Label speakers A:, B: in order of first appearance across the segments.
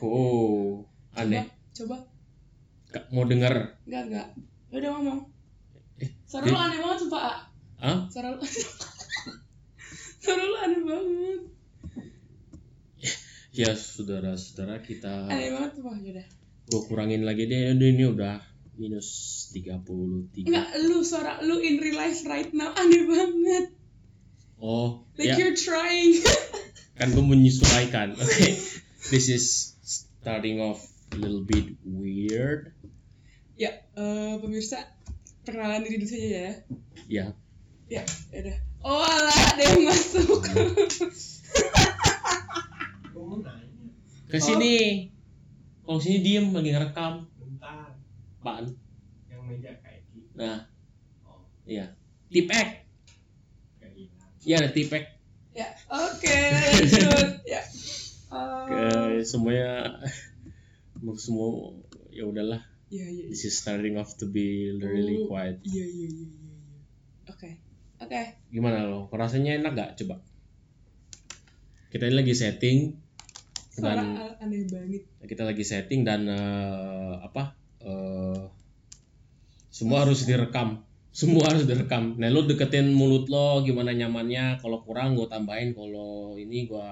A: Wow, Oh, aneh.
B: Coba.
A: Nggak mau denger.
B: Enggak, enggak. Ya udah ngomong.
A: Eh,
B: Suara lu aneh banget sumpah, A.
A: Hah?
B: Suara lu. Suara lu aneh banget.
A: Ya saudara-saudara kita
B: Aneh banget sumpah, Ya yaudah.
A: gua kurangin lagi deh. Aduh, Ini udah minus 33.
B: Enggak, lu suara lu in real life right now aneh banget.
A: Oh,
B: Like
A: ya
B: you're trying.
A: kan gua menyesuaikan. Oke. This is starting off a little bit weird.
B: ya, eh, pemirsa, perkenalan diri dulu saja ya.
A: Ya.
B: Ya, yaudah. Oh, alah, ada yang masuk.
C: Gua mau nanya.
A: Ke sini. Kalau sini diem lagi ngerekam.
C: Bentar.
A: Apaan?
C: Yang meja kayak gini.
A: Nah,
C: Oh,
A: tipek.
C: gak hilang.
A: Ya ada tipek.
B: ya, oke, lanjut. Ya. Eh,
A: Eh, semuanya mau semua ya udahlah.
B: Iya, iya, iya.
A: This is starting off to be really
B: Oh.
A: quiet.
B: Iya, iya, iya, iya. iya. Oke. Oke.
A: Gimana lo? Rasanya enak gak? Coba. Kita ini lagi setting
B: Suara
A: dan
B: al- aneh banget.
A: kita lagi setting dan eh, apa? eh, semua harus direkam. Semua harus direkam. Nah, lo deketin mulut lo gimana nyamannya. Kalau kurang gue tambahin, kalau ini gua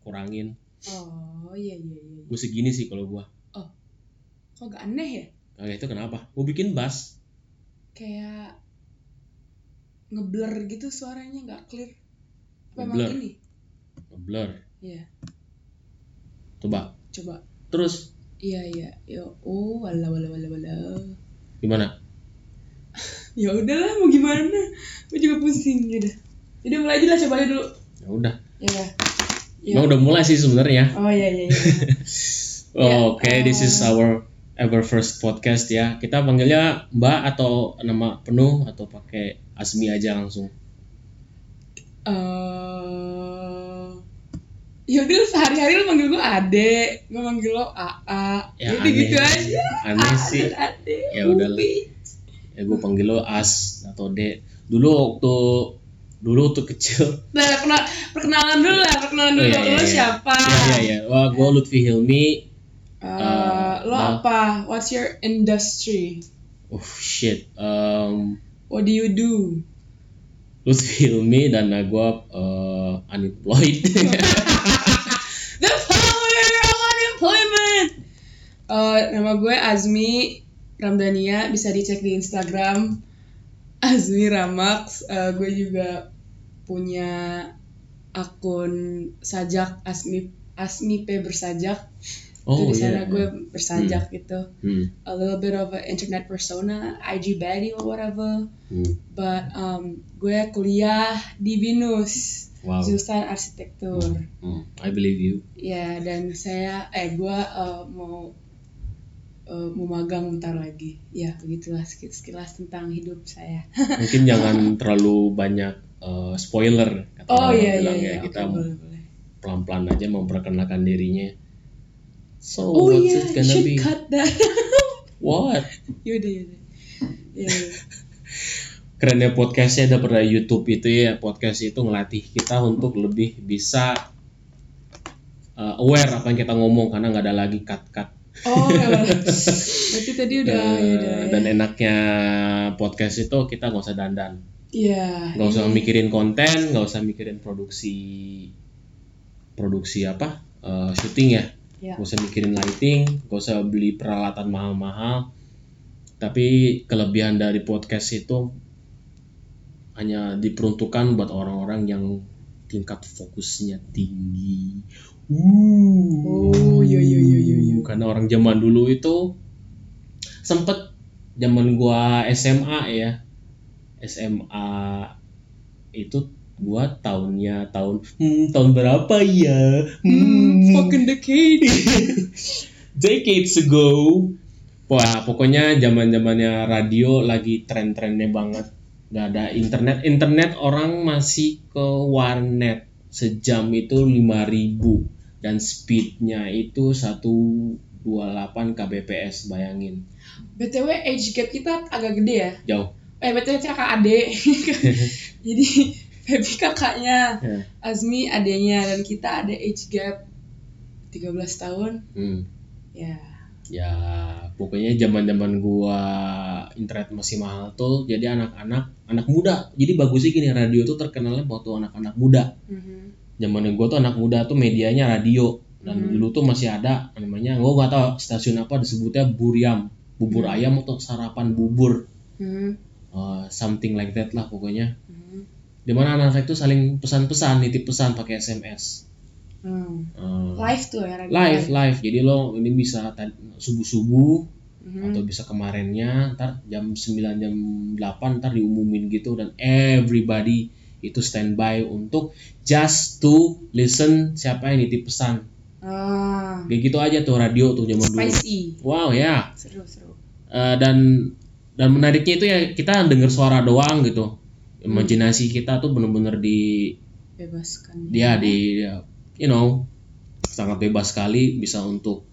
A: kurangin.
B: Oh, iya, iya, iya. iya.
A: Gue segini sih kalau gua.
B: Kok gak aneh ya?
A: Nah, itu kenapa? Gue bikin bass.
B: Kayak ngeblur gitu suaranya nggak clear. Apa
A: Ngeblur.
B: emang ini?
A: Blur.
B: Iya.
A: Coba.
B: Coba.
A: Terus
B: Iya, iya. Yo, oh, wala wala wala wala.
A: gimana?
B: Ya udahlah, mau gimana? Gue juga pusing ya udah. Jadi mulai aja lah coba aja dulu.
A: Ya udah.
B: Ya. Ya.
A: Emang udah mulai sih sebenarnya.
B: Oh iya iya iya. Ya,
A: Oke, this is
B: eh.
A: our ever first podcast ya. Kita panggilnya Mbak atau nama penuh atau pakai Asmi aja langsung.
B: Eh, ya udah sehari-hari lo manggil gue Ade, gue manggil lo AA. Ya, udah gitu aja.
A: Aneh
B: A
A: sih.
B: dan Ade.
A: Ya udah lah.
B: Upi.
A: Ya gue
B: Hmm.
A: panggil lo As atau D. Dulu waktu dulu waktu kecil.
B: Nah, perkena- perkenalan dulu lah, perkenalan dulu.
A: Oh, iya, iya,
B: lo
A: iya.
B: siapa?
A: Ya ya ya. Wah, gue Lutfi Hilmi.
B: Eh,
A: Eh,
B: lo
A: nah.
B: apa? What's your industry?
A: Oh shit. Um,
B: What do you do?
A: Lutfi Hilmi dan gue eh unemployed.
B: The power of unemployment. Eh, nama gue Azmi Ramdania, bisa dicek di Instagram Azmi Ramax. Eh, gue juga punya akun sajak Asmi Asmi P bersajak. Itu di sana
A: iya.
B: gue bersajak gitu.
A: Hmm,
B: A little bit of an internet persona, IG baddie or whatever.
A: hmm.
B: But um, gue kuliah di Binus,
A: Wow.
B: jurusan arsitektur.
A: Hmm, I believe you.
B: Ya, dan saya eh gua eh, mau eh, mau magang bentar lagi. Ya, begitulah seki- sekilas tentang hidup saya.
A: Mungkin jangan terlalu banyak eh, spoiler. Kata orang
B: Oh iya iya
A: bilang
B: iya.
A: ya. Kita
B: Oke, boleh, boleh.
A: pelan-pelan aja memperkenalkan dirinya. So
B: Oh
A: what's
B: iya,
A: it
B: you
A: gonna
B: should
A: be?
B: cut that.
A: What?
B: yaudah, yaudah. Ya, ya.
A: Kerennya podcastnya daripada YouTube itu ya podcast itu ngelatih kita untuk lebih bisa eh, aware apa yang kita ngomong karena nggak ada lagi cut-cut.
B: Oh, ya, boleh. Berarti tadi udah
A: Eh,
B: ya udah.
A: dan enaknya podcast itu kita nggak usah dandan.
B: Iya.
A: nggak usah
B: ini.
A: mikirin konten nggak usah mikirin produksi produksi apa eh, syuting ya
B: Ya.
A: nggak usah mikirin lighting nggak usah beli peralatan mahal-mahal tapi kelebihan dari podcast itu hanya diperuntukkan buat orang-orang yang tingkat fokusnya tinggi. Uh.
B: Oh, iya, iya, iya, iya, iya.
A: Karena orang zaman dulu itu sempet zaman gua SMA ya. SMA itu gua tahunnya tahun hmm, tahun berapa ya?
B: Hmm, fucking decade.
A: decades ago. Wah, pokoknya zaman-zamannya radio lagi tren-trennya banget. Gak ada internet. Internet orang masih ke warnet. Sejam itu 5000 dan speednya itu 128 kbps bayangin.
B: BTW age gap kita agak gede ya.
A: Jauh.
B: Eh, BTW kakak adek. Jadi Feby kakaknya,
A: Ya.
B: Azmi adeknya dan kita ada age gap 13 tahun
A: Hmm.
B: ya
A: ya pokoknya zaman zaman gua internet masih mahal tuh jadi anak-anak anak muda jadi bagusnya gini radio tuh terkenalnya waktu anak-anak muda
B: mhm.
A: zaman gua tuh anak muda tuh medianya radio dan
B: Hmm.
A: dulu tuh masih ada namanya gua nggak tahu stasiun apa disebutnya buriam bubur
B: Hmm.
A: ayam atau sarapan bubur
B: Mhm.
A: Uh, something like that lah pokoknya
B: Mhm.
A: dimana anak-anak itu saling pesan-pesan nitip pesan pakai sms
B: Hmm.
A: Uh,
B: live tuh ya radio
A: live live jadi lo ini bisa subuh subuh
B: Mhm.
A: atau bisa kemarinnya ntar jam 9 jam 8 ntar diumumin gitu dan everybody itu standby untuk just to listen siapa yang nitip pesan
B: Ah,
A: kayak gitu aja tuh radio tuh zaman dulu
B: spicy
A: wow ya
B: seru seru
A: Eh, dan dan menariknya itu ya kita denger suara doang gitu imajinasi kita tuh bener-bener di
B: bebaskan
A: dia di ya, you know sangat bebas sekali bisa untuk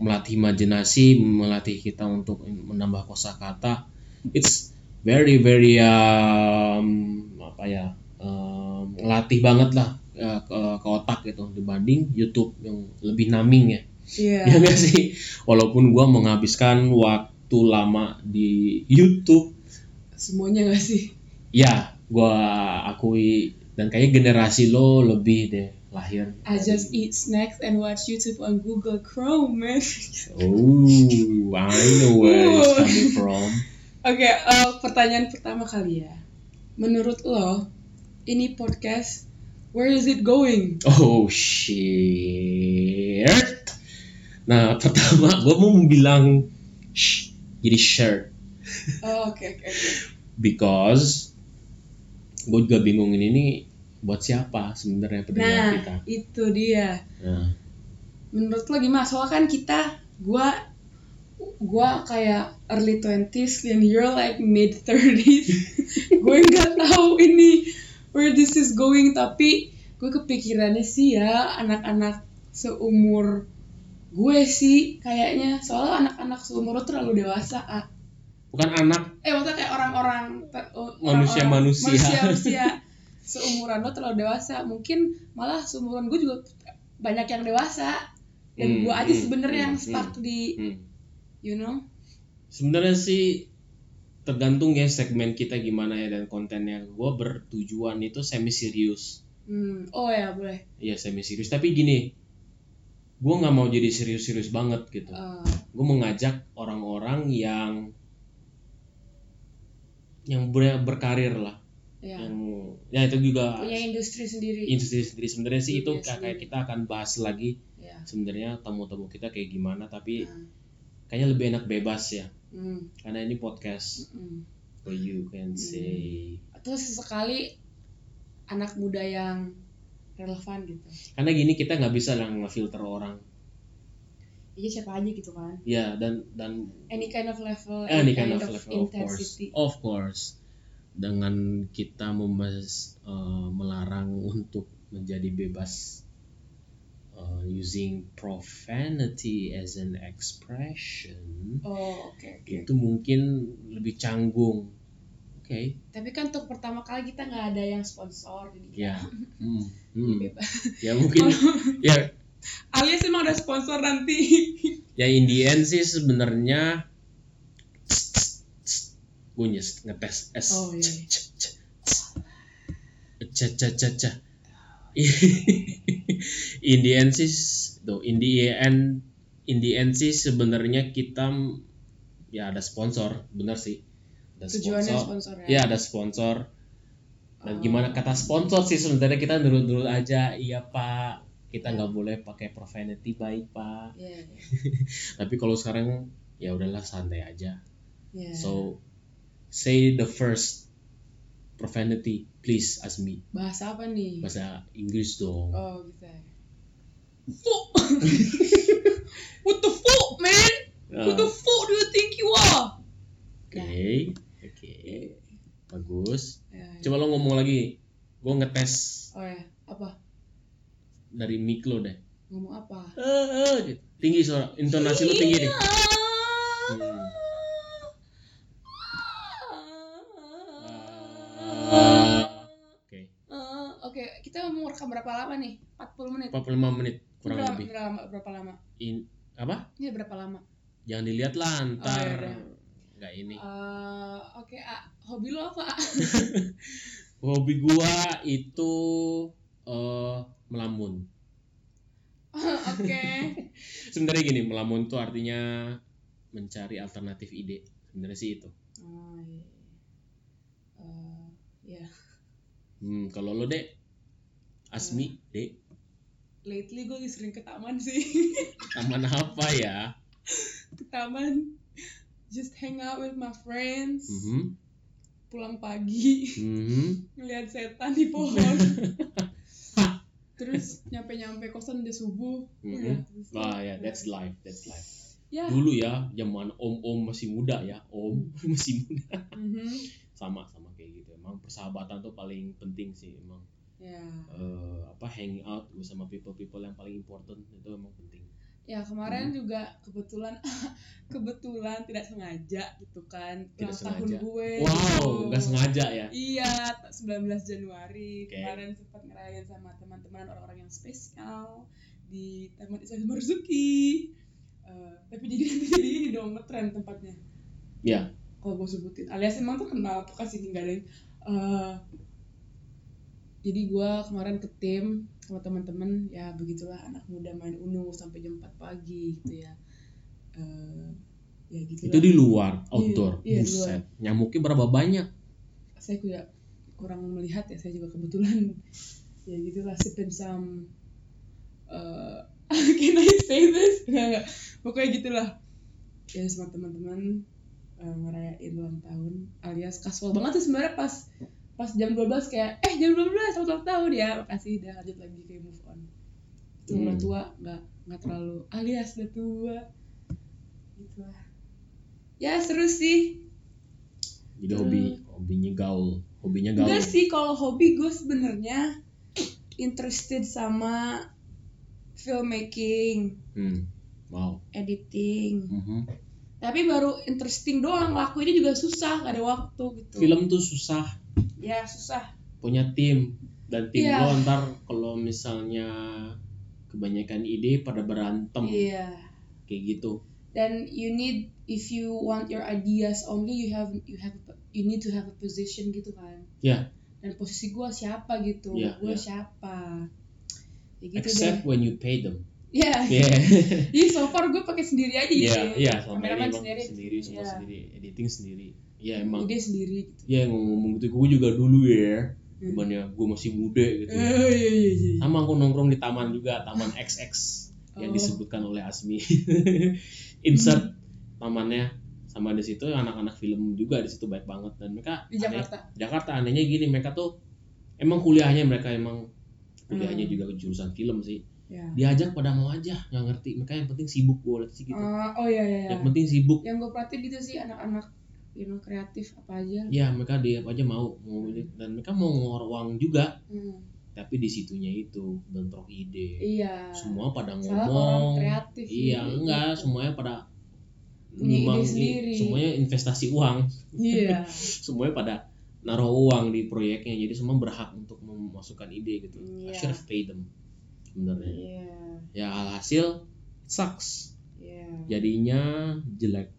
A: melatih imajinasi melatih kita untuk menambah kosakata it's very very um, apa ya um, melatih banget lah uh, ke, ke otak gitu dibanding YouTube yang lebih naming ya
B: iya
A: ya nggak sih walaupun gua menghabiskan waktu lama di YouTube
B: semuanya gak sih
A: ya gua akui dan kayaknya generasi lo lebih deh lahir
B: I just eat snacks and watch YouTube on Google Chrome man
A: oh I know where it's coming from
B: Oke, eh, pertanyaan pertama kali ya. Menurut lo, ini podcast where is it going?
A: oh shit nah pertama gua mau bilang shh, jadi shirt
B: Oh, Oke, oke, oke.
A: because gue juga bingungin ini buat siapa sebenarnya pendengar
B: Nah,
A: kita
B: itu dia.
A: nah
B: Menurut lo gimana? Soalnya kan kita, gua gua kayak early 20s and you're like mid 30s. gue nggak tahu ini where this is going tapi gue kepikirannya sih ya anak-anak seumur gue sih kayaknya soalnya anak-anak seumur lo terlalu dewasa ah.
A: bukan anak
B: eh maksudnya kayak orang-orang ter-
A: Manusia-
B: orang-orang-
A: manusia.
B: manusia-manusia seumuran lo terlalu dewasa mungkin malah seumuran gue juga banyak yang dewasa dan
A: Hmm,
B: gue aja
A: hmm,
B: sebenarnya
A: hmm,
B: yang stuck di
A: hmm.
B: you know
A: sebenarnya sih tergantung ya segmen kita gimana ya dan kontennya gue bertujuan itu semi serius
B: hmm. oh ya boleh
A: ya semi serius tapi gini gue nggak mau jadi serius-serius banget gitu
B: Eh,
A: gue mengajak orang-orang yang yang ber- berkarir lah
B: ya.
A: yang ya itu juga
B: punya industri sendiri
A: industri sendiri sebenarnya sih itu
B: Industri
A: kayak kita akan bahas lagi
B: ya.
A: sebenarnya tamu-tamu kita kayak gimana tapi
B: Nah,
A: kayaknya lebih enak bebas ya
B: hmm,
A: karena ini podcast
B: hmm.
A: so you can say
B: atau sesekali anak muda yang relevan gitu
A: karena gini kita nggak bisa lah ngefilter orang
B: iya siapa aja gitu kan
A: ya dan dan
B: any kind of level
A: eh, any kind of level, of course
B: intensity
A: of course dengan kita membes, eh, melarang untuk menjadi bebas eh, using profanity as an expression
B: oh oke oke
A: itu mungkin lebih canggung oke
B: Tapi kan untuk pertama kali kita nggak ada yang sponsor jadi
A: ya Hmm, hmm.
B: bebas.
A: ya mungkin ya
B: Alias emang ada sponsor nanti.
A: ya in the end sih sebenarnya gue nyes ngetes es
B: Oh, iya.
A: ca ca ca ca in the end sih tuh in the end in the end sih sebenarnya kita ya ada sponsor bener sih ada
B: Tujuannya
A: sponsor
B: sponsor ya.
A: ya ada sponsor dan gimana kata sponsor sih sebenarnya kita nurut-nurut aja iya pak kita nggak boleh pakai profanity baik pak
B: Iya, iya,
A: tapi kalau sekarang ya udahlah santai aja
B: iya.
A: so say the first profanity please ask me
B: bahasa apa nih?
A: bahasa Inggris dong
B: Oh, gitu. ya. Fuck. What the fuck, man? What the
A: oke
B: fuck do you think you are?
A: oke bagus
B: Ya, ya.
A: coba lo ngomong lagi gue ngetes
B: Oh ya, apa?
A: dari mic lo deh
B: Ngomong apa?
A: Eh, eh, gitu. tinggi suara intonasi lo tinggi deh
B: Iya.
A: Hmm.
B: Ah.
A: oke Nah.
B: Eh, Ah, Oke, kita mau rekam berapa lama nih? 40 menit.
A: 45 menit Oh, kurang
B: berapa,
A: lebih
B: berapa, berapa lama?
A: in apa
B: Iya berapa lama?
A: jangan dilihat lah ntar
B: Oh, iya,
A: nggak ini
B: Eh, Oke, A. hobi lo apa? A?
A: hobi gua itu eh melamun
B: Oke.
A: sebenarnya gini melamun itu artinya mencari alternatif ide sebenarnya sih itu
B: Oh, iya. Eh, ya,
A: hmm, kalau lo dek Asmi, dek,
B: lately gue sering ke taman sih.
A: taman apa ya?
B: ke taman, just hang out with my friends.
A: Mhm,
B: Pulang pagi,
A: mhm.
B: ngeliat setan di pohon. Terus nyampe-nyampe kosan udah subuh.
A: Mhm.
B: Udah, terus-
A: Wah ya, that's life, that's life.
B: Ya.
A: Dulu ya, zaman om-om masih muda ya, om masih muda.
B: mhm.
A: Sama sama kayak gitu. Emang persahabatan tuh paling penting sih emang.
B: Ya.
A: Eh, apa hang out lu sama people-people yang paling important itu emang penting.
B: Ya kemarin
A: Hmm.
B: juga kebetulan kebetulan tidak sengaja gitu kan
A: Tidak
B: ulang tahun
A: sengaja.
B: gue.
A: Wow,
B: gitu.
A: nggak sengaja ya.
B: Iya, 19 Januari
A: Oke.
B: kemarin sempat ngerayain sama teman-teman orang-orang yang spesial di Taman Ismail Marzuki. Eh, tapi jadi jadi ini dong ngetren tempatnya.
A: Ya,
B: Kalau gue sebutin, alias emang tuh kenal tuh kasih nggak ada yang. eh, jadi gue kemarin ke tim sama teman-teman ya begitulah anak muda main uno sampai jam 4 pagi gitu ya. Eh, ya gitu.
A: itu di luar outdoor.
B: Iya, iya, di
A: Buset, nyamuknya berapa banyak?
B: saya tidak kurang melihat ya saya juga kebetulan ya gitulah sip and some uh, can I say this Nggak, nggak. pokoknya gitulah ya sama teman-teman uh, ngerayain ulang tahun alias kasual banget tuh sebenarnya pas pas jam 12 kayak eh jam 12 selamat ulang tahun ya makasih udah lanjut lagi kayak move on itu
A: Hmm.
B: orang tua nggak nggak terlalu alias udah tua gitu lah ya seru sih
A: Jadi hobi hobinya gaul, hobinya gaul.
B: Hmm. Enggak sih kalau hobi gue sebenarnya interested sama filmmaking,
A: Hmm. Wow.
B: editing.
A: Mhm.
B: Tapi baru interesting doang, lakuinnya juga susah, gak ada waktu gitu.
A: Film tuh susah
B: Ya susah.
A: punya tim dan tim
B: Iya.
A: lo ntar kalau misalnya kebanyakan ide pada berantem
B: Iya.
A: kayak gitu
B: Dan you need if you want your ideas only you have you have you need to have a position gitu kan.
A: Iya.
B: Dan posisi gue siapa gitu,
A: Iya,
B: gue
A: iya.
B: siapa. Ya gitu
A: except
B: deh.
A: when you pay them
B: Ya.
A: ya
B: Jadi so far gue pakai sendiri aja gitu.
A: ya
B: ya.
A: ya selama ini
B: Kameramen
A: emang
B: sendiri.
A: sendiri, semua
B: Iya.
A: sendiri editing sendiri ya emang
B: Ide sendiri gitu.
A: ya ngomong gitu gue juga dulu ya
B: Hmm.
A: gimana ya gue masih muda gitu ya.
B: Eh, iya, iya, iya, iya.
A: sama aku nongkrong di taman juga taman XX yang
B: Oh. Hmm.
A: disebutkan oleh Asmi insert tamannya sama di situ anak-anak film juga di situ baik banget dan mereka
B: Di
A: aneh-
B: Jakarta.
A: Jakarta anehnya gini mereka tuh emang kuliahnya mereka emang kuliahnya
B: Hmm.
A: juga jurusan film sih
B: Ya.
A: diajak pada mau aja nggak ngerti mereka yang penting sibuk gue lihat sih gitu
B: Ah, oh iya iya. iya.
A: yang penting sibuk
B: Yang gue perhatiin gitu sih anak-anak you know, kreatif apa aja.
A: ya mereka dia aja mau mau ini. dan mereka mau ngor uang juga
B: Hmm.
A: tapi disitunya itu bentrok ide
B: Iya.
A: semua pada
B: Salah orang
A: ngomong
B: kreatif. Gitu.
A: iya
B: sih.
A: enggak semuanya pada
B: Punya ide
A: nyumbang-
B: sendiri.
A: semuanya investasi uang
B: Iya.
A: semuanya pada naruh uang di proyeknya jadi semua berhak untuk memasukkan ide gitu
B: Iya.
A: I should have paid them sebenarnya
B: Iya.
A: ya alhasil it sucks
B: Iya.
A: jadinya jelek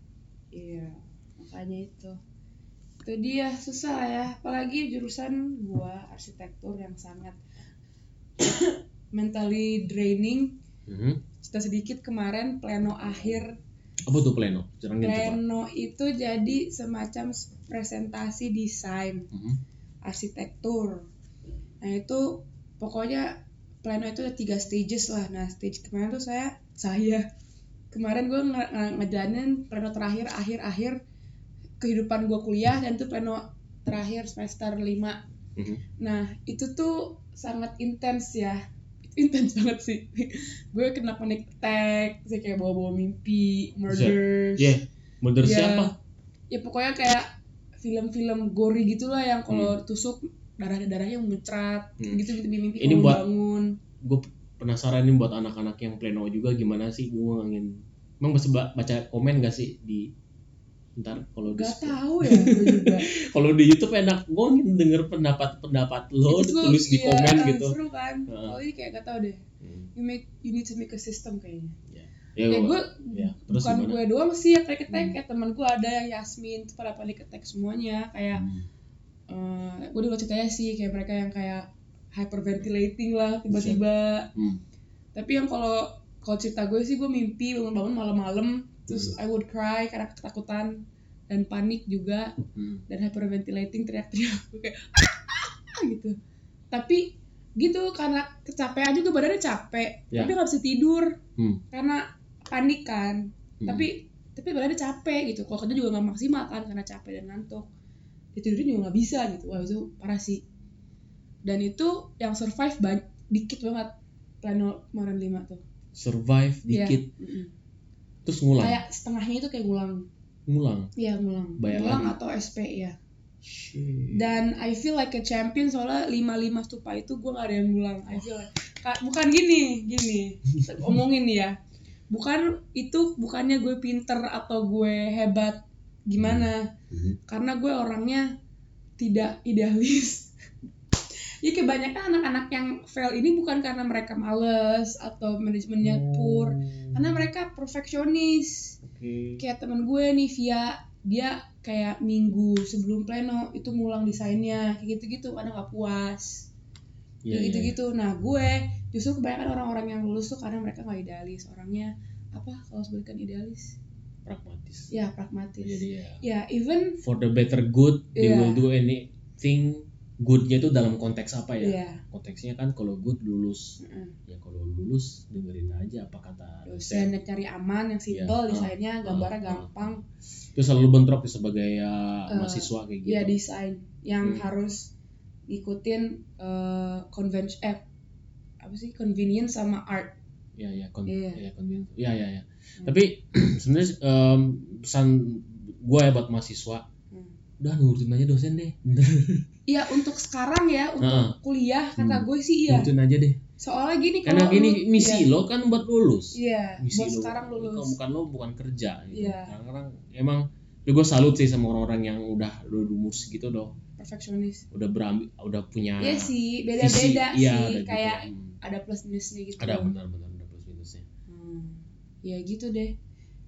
B: Iya. Makanya itu. Itu dia susah ya. Apalagi jurusan gua arsitektur yang sangat mentally draining.
A: Mhm.
B: Cerita sedikit kemarin pleno akhir
A: apa tuh pleno cerangin cepat
B: Pleno itu jadi semacam presentasi desain
A: Mhm.
B: arsitektur. Nah itu pokoknya pleno itu ada tiga stages lah. Nah stage kemarin tuh saya saya kemarin gue nge- nge- ngejalanin pleno terakhir akhir-akhir kehidupan gue kuliah dan itu pleno terakhir semester 5
A: Mhm.
B: Nah itu tuh sangat intens ya intens banget sih gue kena panic attack saya kayak bawa-bawa mimpi murders
A: ya menurut
B: Iya.
A: siapa
B: ya pokoknya kayak film-film gori gitulah yang kalau tusuk darah darahnya muncrat
A: Hmm.
B: gitu mimpi-mimpi
A: Ini
B: kalau
A: buat-
B: bangun
A: gue penasaran nih buat anak-anak yang pleno juga gimana sih gue ingin emang bisa ba- baca komen gak sih di ntar kalau di
B: gak tahu ya gue juga
A: kalau di YouTube enak gue denger pendapat-pendapat lo
B: Itu tuh,
A: Oh, tulis di
B: iya,
A: komen
B: eh,
A: gitu
B: seru kan
A: Heeh.
B: kalau ini kayak gak tahu deh
A: Hmm.
B: you make you need to make a system kayaknya
A: ya,
B: ya gue
A: ya, terus
B: bukan
A: gimana? Hmm.
B: gue doang sih yang ketek ketek ya teman gue ada yang Yasmin tuh pada paling ketek semuanya kayak
A: Hmm.
B: eh gue dulu ceritanya sih kayak mereka yang kayak hyperventilating lah tiba-tiba
A: Hmm.
B: tapi yang kalau kalau cerita gue sih gue mimpi bangun-bangun malam-malam terus I would cry karena ketakutan dan panik juga
A: Hmm.
B: dan hyperventilating teriak-teriak gue kayak "Ah!" gitu tapi gitu karena kecapean juga badannya capek
A: Ya.
B: tapi nggak bisa tidur
A: Hmm.
B: karena panik kan
A: Hmm.
B: tapi tapi badannya capek gitu kalau kerja juga nggak maksimal kan karena capek dan ngantuk ya tidurnya juga nggak bisa gitu wah itu parah sih dan itu yang survive ba- dikit banget plano kemarin lima tuh
A: survive
B: Iya.
A: dikit
B: Mm-mm.
A: terus ngulang
B: kayak setengahnya itu kayak ngulang
A: ngulang
B: iya ngulang
A: Bayar
B: ngulang
A: lagi.
B: atau SP ya
A: Shit.
B: dan I feel like a champion soalnya lima lima stupa itu gue gak ada yang ngulang I feel like Ka- bukan gini gini omongin nih ya bukan itu bukannya gue pinter atau gue hebat gimana
A: Mhm.
B: karena gue orangnya tidak idealis. ya kebanyakan anak-anak yang fail ini bukan karena mereka males atau manajemennya poor, karena mereka perfeksionis.
A: Oh, Oke.
B: Kayak temen gue nih Via, dia kayak minggu sebelum pleno itu ngulang desainnya, kayak gitu-gitu, karena nggak puas.
A: Iya, iya,
B: Kayak
A: iya.
B: gitu-gitu. Nah gue justru kebanyakan orang-orang yang lulus tuh karena mereka nggak idealis, orangnya apa kalau sebutkan idealis?
A: pragmatis
B: Ya pragmatis.
A: jadi ya
B: Ya even
A: for the better good they
B: Iya.
A: will do anything goodnya itu dalam konteks apa ya
B: ya.
A: konteksnya kan kalau good lulus
B: heeh.
A: ya kalau lulus dengerin aja apa kata
B: dosen yang cari aman yang
A: Iya.
B: simple desainnya gambarnya
A: Ah, ah.
B: gampang
A: itu selalu bentrok ya sebagai ya,
B: Eh,
A: mahasiswa kayak gitu
B: ya desain
A: Hmm.
B: yang harus ngikutin eh convention eh apa sih convenience sama art
A: ya ya kon ya
B: Iya.
A: kon- ya ya, ya.
B: Hmm.
A: tapi sebenarnya em, pesan gue ya buat mahasiswa
B: Hmm.
A: udah nurutin aja dosen deh
B: Iya untuk sekarang ya untuk
A: Heeh.
B: kuliah kata
A: Hmm.
B: gue sih iya
A: nurutin aja deh
B: soalnya gini
A: karena
B: kalau
A: ini
B: lu-
A: misi
B: iya,
A: lo kan buat lulus
B: iya
A: misi
B: buat
A: lo
B: sekarang
A: Kalau
B: lulus
A: bukan lo bukan kerja gitu
B: Iya.
A: Kadang orang emang gue salut sih sama orang-orang yang udah udah umur segitu doh
B: perfeksionis
A: udah berambi udah punya
B: Iya sih
A: visi.
B: beda-beda
A: Hmm. Iya, ada
B: sih
A: gitu.
B: kayak
A: Hmm.
B: ada plus minusnya gitu
A: ada benar-benar ada plus minusnya
B: Hmm. ya gitu deh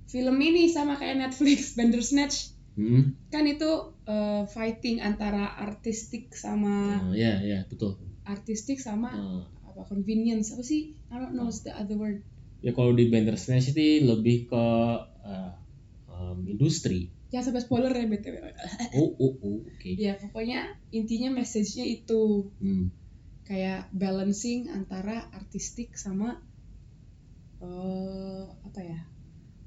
B: film ini sama kayak Netflix Bandersnatch
A: hmm.
B: kan itu eh, fighting antara artistik sama
A: Nah, ya ya betul
B: artistik sama
A: Nah,
B: apa convenience apa sih I don't know what's the other word
A: ya kalau di Bandersnatch itu lebih ke eh, em, industri
B: ya sampai spoiler ya btw
A: oh oh oh oke
B: ya pokoknya intinya message-nya itu
A: Hmm.
B: kayak balancing antara artistik sama eh apa ya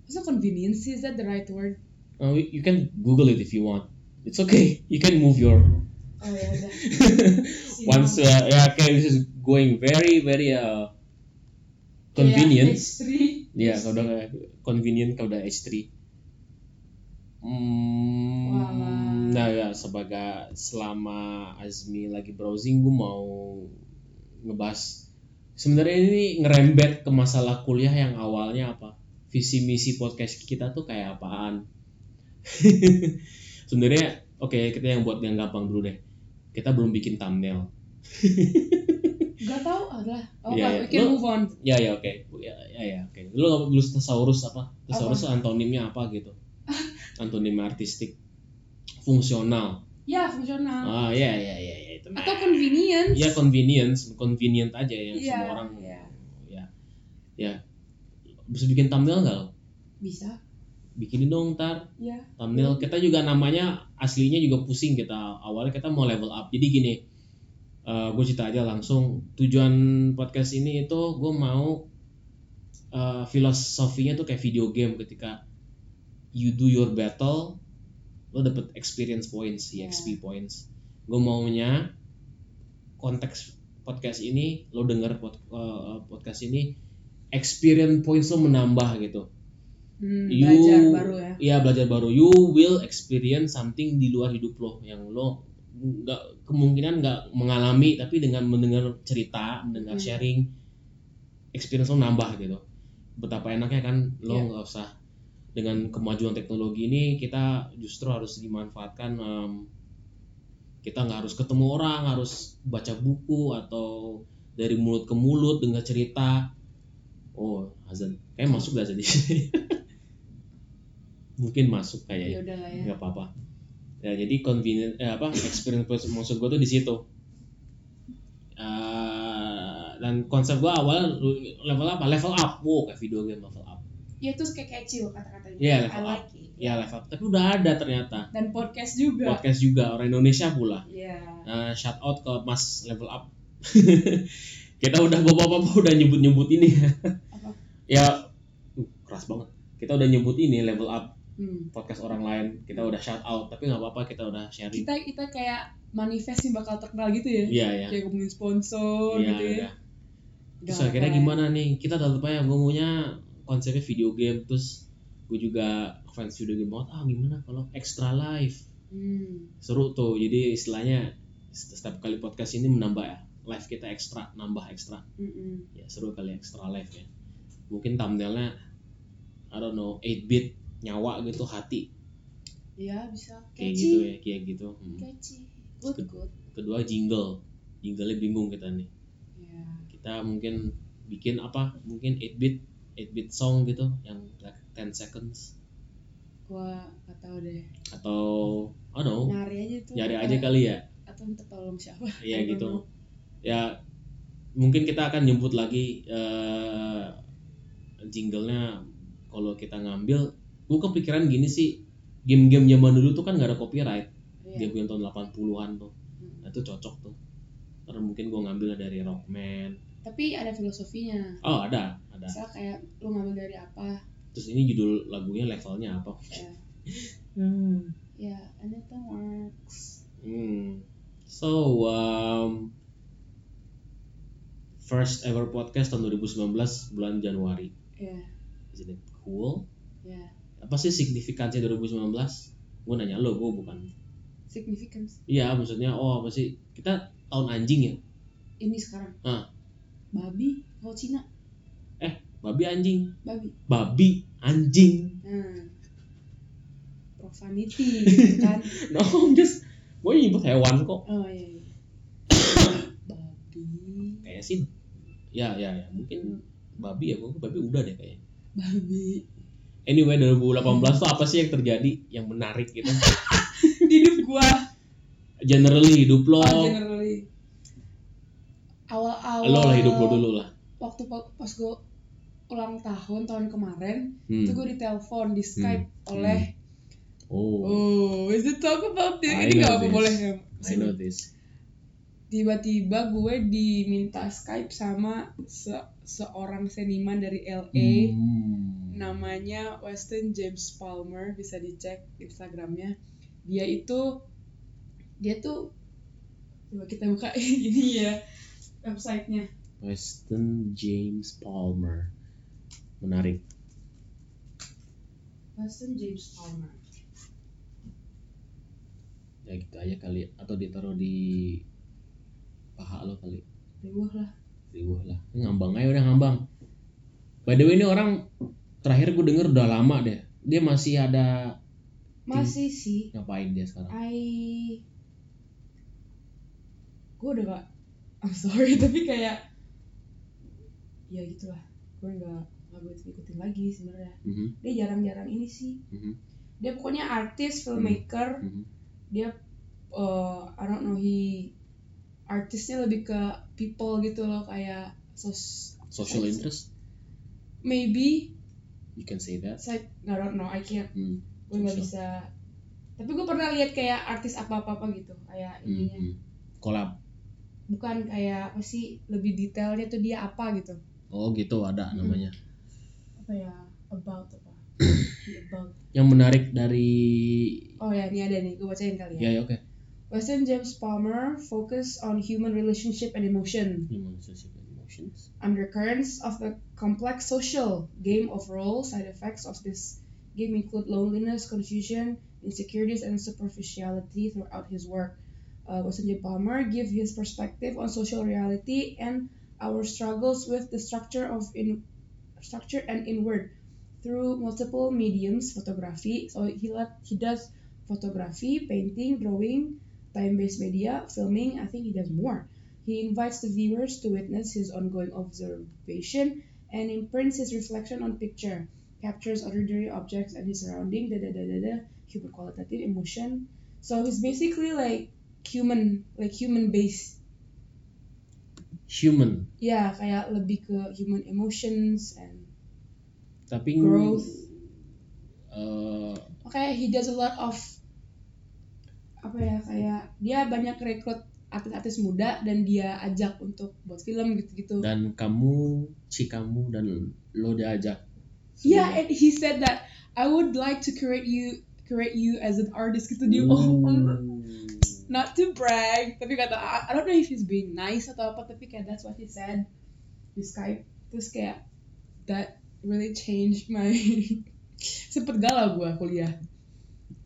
B: Maksudnya convenience is that the right word
A: Oh, you you can Google it if you want. It's okay. You can move your
B: oh ya udah
A: once. Uh, yeah, okay, this is going very very uh convenient. Ya, kalau udah convenient kalau udah H3. Hmm,
B: Walah.
A: nah ya sebagai selama Azmi lagi browsing gue mau ngebahas sebenarnya ini ngerembet ke masalah kuliah yang awalnya apa visi misi podcast kita tuh kayak apaan sebenarnya oke kita yang buat yang gampang dulu deh kita belum bikin thumbnail
B: gak tau adalah oh
A: Iya,
B: yeah,
A: iya.
B: we can
A: Lo-
B: move on
A: ya ya oke ya ya, ya, oke lu apa dulu thesaurus apa thesaurus antonimnya apa gitu antonim artistik fungsional
B: ya fungsional
A: ah ya ya ya, ya itu
B: atau convenience
A: ya convenience convenient aja yang
B: Iya,
A: semua orang
B: iya.
A: ya ya bisa bikin thumbnail nggak lo
B: bisa
A: bikinin dong ntar
B: ya
A: thumbnail kita juga namanya aslinya juga pusing kita awalnya kita mau level up jadi gini gue cerita aja langsung tujuan podcast ini itu gue mau eh, filosofinya tuh kayak video game ketika you do your battle lo dapet experience points
B: Iya.
A: exp points gue maunya konteks podcast ini lo denger pod- eh, podcast ini experience points lo menambah gitu
B: Hmm,
A: You-
B: belajar baru ya.
A: Iya belajar baru. You will experience something di luar hidup lo yang lo nggak kemungkinan nggak mengalami tapi dengan mendengar cerita, mendengar
B: Hmm.
A: sharing, experience lo nambah gitu. Betapa enaknya kan lo
B: Iya.
A: nggak usah dengan kemajuan teknologi ini kita justru harus dimanfaatkan. em, kita nggak harus ketemu orang, harus baca buku atau dari mulut ke mulut dengar cerita oh azan kayak masuk gak tadi mungkin masuk
B: ya
A: kayaknya
B: udah lah ya
A: nggak apa-apa ya jadi convenient eh, apa experience plus- maksud gue tuh di situ Eh, dan konsep gue awal level apa level up wow kayak video game level up
B: ya terus kayak kecil kata-katanya
A: Iya,
B: I
A: level up.
B: like it
A: ya level up tapi udah ada ternyata
B: dan podcast juga
A: podcast juga orang Indonesia pula
B: Iya
A: Eh, shout out ke Mas Level Up. kita udah bapak-bapak udah nyebut-nyebut ini.
B: Apa?
A: ya uh, keras banget. Kita udah nyebut ini Level Up
B: hmm.
A: podcast orang lain. Kita udah shout out tapi nggak apa-apa kita udah sharing.
B: kita kita kayak manifest yang bakal terkenal gitu ya
A: Iya ya.
B: kayak ngomongin sponsor
A: Iya
B: gitu ya
A: udah. Terus
B: Udah
A: akhirnya
B: apa ya.
A: gimana nih? Kita tetap aja gue maunya konsepnya video game terus gue juga fans video game banget. Ah gimana kalau extra live?
B: hmm.
A: Seru tuh. Jadi istilahnya setiap kali podcast ini menambah ya. Live kita ekstra, nambah ekstra.
B: Mm-mm.
A: ya seru kali extra live ya mungkin thumbnailnya I don't know 8 bit nyawa gitu hati
B: Iya bisa
A: kayak
B: Catchy.
A: gitu ya kayak gitu Hmm.
B: Catchy. good good
A: kedua jingle jinglenya bingung kita nih
B: ya
A: kita mungkin bikin apa mungkin 8 bit 8 bit song gitu yang like 10 seconds
B: gua gak tau deh
A: atau I don't know
B: nyari aja tuh
A: Oh. nyari
B: Apa-
A: aja kali ya
B: atau minta tolong siapa
A: Iya
B: I don't know.
A: gitu. Ya mungkin kita akan nyebut lagi eh jinglenya kalau kita ngambil. Gue kepikiran gini sih, game-game zaman dulu tuh kan gak ada copyright.
B: Iya.
A: Game-game tahun 80-an tuh.
B: Mm.
A: Nah, itu cocok tuh. Ntar mungkin gue ngambil dari Rockman.
B: tapi ada filosofinya
A: Oh, ada, ada.
B: misal kayak lu ngambil dari apa
A: Terus ini judul lagunya levelnya apa?
B: ya
A: Hmm.
B: ya anything works
A: So, um, first ever podcast tahun 2019 bulan Januari.
B: ya
A: Is it cool?
B: ya
A: Apa sih signifikansi 2019? Gue nanya lo, gue bukan.
B: significance
A: Iya, maksudnya oh apa sih? Kita tahun anjing ya?
B: ini sekarang
A: Ah.
B: babi kalau Cina
A: Eh, Babi anjing,
B: babi
A: babi anjing.
B: nah profanity gitu kan
A: No, I'm just gue nyebut hewan kok.
B: oh iya, iya. babi
A: Kayaknya sih ya ya ya mungkin babi ya gue babi udah deh kayaknya.
B: babi
A: Anyway 2018 tuh apa sih yang terjadi yang menarik gitu?
B: di hidup gua
A: Generally hidup lo,
B: generally awal-awal
A: lo lah hidup lo dulu lah.
B: waktu po- pas gue ulang tahun tahun kemarin
A: Hmm.
B: itu gue ditelepon di Skype oleh
A: Oh,
B: oh is it talk about this
A: I know
B: ini nggak apa
A: this.
B: boleh ya,
A: I know this.
B: tiba-tiba gue diminta Skype sama se- seorang seniman dari LA
A: Hmm.
B: namanya Weston James Palmer bisa dicek Instagramnya dia itu dia tuh coba kita buka ini ya websitenya
A: Weston James Palmer. Menarik.
B: Weston James Palmer
A: Ya gitu aja kali atau ditaruh di paha lo kali.
B: riuh lah
A: Riuh lah. Ini ngambang aja udah ngambang. By the way ini orang terakhir gue denger udah lama deh. Dia masih ada
B: masih sih
A: ngapain dia sekarang?
B: I gue udah gak I'm sorry tapi kayak ya gitulah gue gak gak gue ikutin lagi sebenarnya
A: Mhm,
B: dia jarang-jarang ini sih
A: mhm,
B: dia pokoknya artis filmmaker
A: mhm.
B: dia eh I don't know he artisnya lebih ke people gitu loh kayak sos
A: Social interest,
B: maybe
A: you can say that.
B: saya I don't know I can't
A: Hmm,
B: gue Oh, nggak
A: Social.
B: bisa tapi gue pernah lihat kayak artis apa apa apa gitu
A: hmm,
B: kayak ininya
A: hmm. Collab.
B: bukan kayak apa sih lebih detailnya tuh dia apa gitu
A: Oh gitu ada
B: Mhm.
A: namanya.
B: apa ya about apa The about
A: Yang menarik dari
B: oh ya ini ada nih gue bacain kali ya
A: ya ya oke.
B: Weston James Palmer focus on human relationship and emotion
A: Human social emotions.
B: undercurrents of the complex social game of role side effects of this game include loneliness confusion insecurities and superficiality throughout his work uh, Weston J. Palmer give his perspective on social reality and our struggles with the structure of in structure and inward through multiple mediums photography so he let, he does photography painting drawing time-based media filming i think he does more he invites the viewers to witness his ongoing observation and imprints his reflection on picture, captures ordinary objects and his surrounding, da da da da da, human qualitative emotion. So he's basically like human, like human based.
A: human
B: Ya, kayak lebih ke human emotions and
A: tapi
B: Growth.
A: eh,
B: kayak he does a lot of apa ya kayak dia banyak rekrut artis-artis muda dan dia ajak untuk buat film gitu-gitu.
A: dan kamu si kamu dan lo diajak
B: Yeah, and he said that I would like to create you create you as an artist gitu dia. Oh,
A: Uh.
B: um, not to brag, tapi kata I, I don't know if he's being nice atau apa, tapi kayak that's what he said di Skype. Terus kayak that really changed my sempet galau gua kuliah.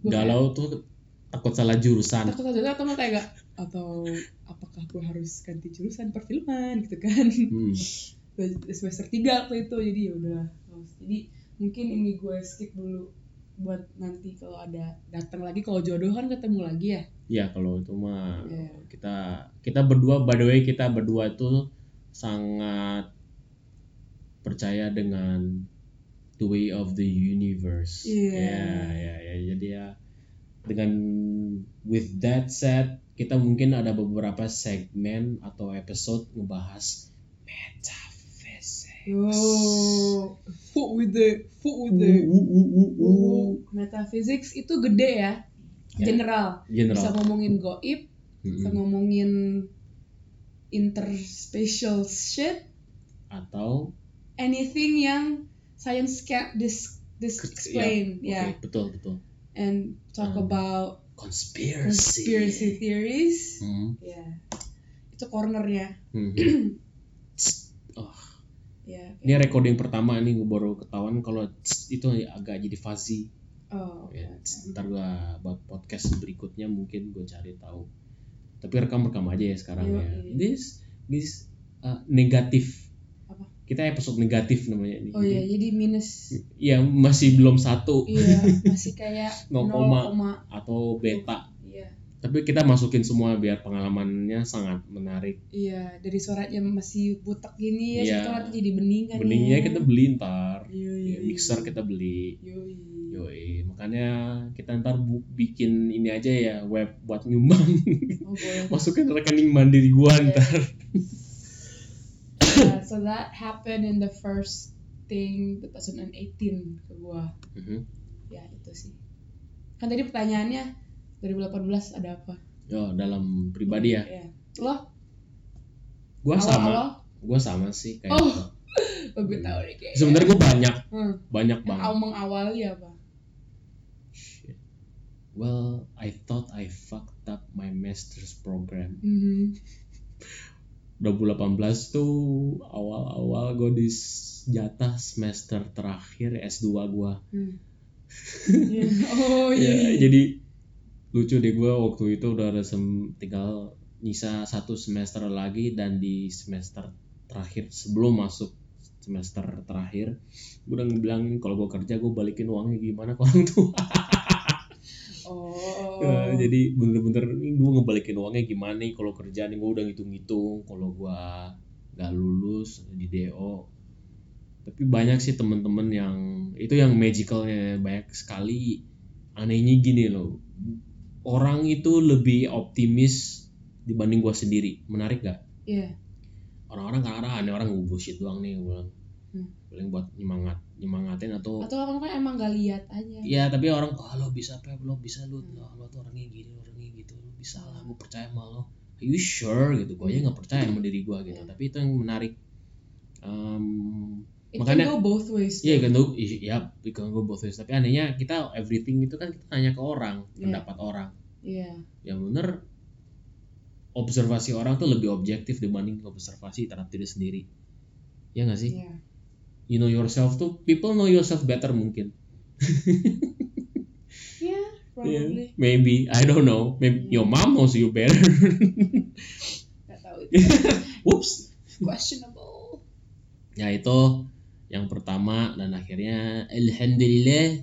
B: Gua kayak
A: galau tuh takut salah jurusan
B: Takut aja atau mau kayak gak, atau apakah gua harus ganti jurusan perfilman gitu kan?
A: Hmm.
B: Gua semester 3 waktu itu jadi ya udah lolos. jadi mungkin ini gue skip dulu buat nanti kalau ada datang lagi kalau jodoh kan ketemu lagi ya
A: ya kalau itu mah
B: Iya.
A: kita kita berdua by the way kita berdua itu sangat percaya dengan the way of the universe
B: Iya.
A: ya ya ya jadi ya dengan with that said kita mungkin ada beberapa segmen atau episode ngebahas metaphysics
B: yo food with the food with the
A: Uh, uh, uh, uh, uh.
B: metaphysics itu gede ya
A: Ya,
B: general bisa
A: general Hmm.
B: ngomongin goib bisa
A: Mm-mm.
B: ngomongin interspatial shit
A: atau
B: anything yang science can't dis- dis-
A: Ke- ya,
B: explain
A: oke,
B: ya
A: betul betul
B: and talk
A: Hmm.
B: about
A: conspiracy,
B: conspiracy theories
A: Hmm.
B: Ya. Itu cornernya.
A: Hmm.
B: Ya.
A: Oh, Ini recording pertama ini gue baru ketahuan kalau tss itu agak jadi fuzzy.
B: Oh. oke,
A: Ya,
B: oke.
A: tss, ntar gue buat podcast berikutnya mungkin gue cari tahu. Tapi rekam-rekam aja ya sekarang
B: Yo,
A: ya.
B: iya.
A: This this uh, negatif.
B: Apa?
A: Kita episode negatif namanya ini.
B: Oh iya, jadi minus
A: Ya masih belum satu
B: iya masih kayak
A: 0,
B: 0,
A: atau beta.
B: iya.
A: Tapi kita masukin semua biar pengalamannya sangat menarik.
B: Iya, dari suaranya masih butek gini ya,
A: Iya.
B: sekarang nanti jadi bening kan.
A: Beningnya kita beli ntar.
B: Iya,
A: Ya, mixer kita beli.
B: Yoi.
A: Yoi, makanya kita ntar bu- bikin ini aja ya web buat nyumbang.
B: Oh, boleh.
A: Masukin rekening mandiri gua
B: Iya.
A: ntar.
B: Yeah, so that happened in the first thing 2018 ke gua.
A: Mhm.
B: Ya, itu sih. Kan tadi pertanyaannya 2018 ada apa?
A: Yo, dalam pribadi ya.
B: Iya. Lo?
A: Gua sama,
B: Awal-awal?
A: gua sama sih kayak. gitu.
B: Oh. Oh, gue tahu deh kayaknya.
A: Sebenarnya gua banyak,
B: Hmm.
A: banyak
B: Yang
A: banget.
B: aw- mengawali apa?
A: Shit. Well, I thought I fucked up my master's program.
B: Mhm.
A: 2018 tuh awal-awal gua di s- jatah semester terakhir S2 gua.
B: Hmm. Iya. Oh
A: Ya,
B: iya. iya.
A: jadi lucu deh gue waktu itu udah ada sem- tinggal nyisa satu semester lagi dan di semester terakhir sebelum masuk semester terakhir gue udah ngebilangin kalau gue kerja gue balikin uangnya gimana ke orang tua
B: Oh.
A: Eh, jadi bener-bener ini gue ngebalikin uangnya gimana nih kalau kerja nih gue udah ngitung-ngitung kalau gue nggak lulus di do tapi banyak sih temen-temen yang itu yang magicalnya banyak sekali anehnya gini loh orang itu lebih optimis dibanding gue sendiri menarik gak
B: Iya.
A: orang-orang kadang-kadang aneh orang gue bullshit doang nih gue bilang
B: Hmm.
A: paling buat nyemangat nyemangatin atau
B: Atau kamu kan emang gak lihat aja.
A: Iya tapi orang oh, lo bisa apa lo bisa lo lo tuh orangnya gini orangnya gitu lo bisa lah gue percaya sama lo are you sure gitu gue aja nggak percaya sama diri gue gitu
B: Iya.
A: tapi itu yang menarik Em,
B: It
A: Makanya-
B: can go both ways.
A: Iya kan lu ya kan gue both ways. tapi anehnya kita everything itu kan kita tanya ke orang
B: Iya.
A: pendapat orang
B: Iya.
A: yang bener observasi orang tuh lebih objektif dibanding observasi terhadap diri sendiri ya nggak sih
B: Iya.
A: you know yourself tuh people know yourself better mungkin
B: Iya, probably.
A: Yeah, maybe I don't know. Maybe
B: Yeah.
A: your mom knows you better.
B: Gak tahu itu.
A: Whoops.
B: Questionable.
A: Ya itu yang pertama dan akhirnya alhamdulillah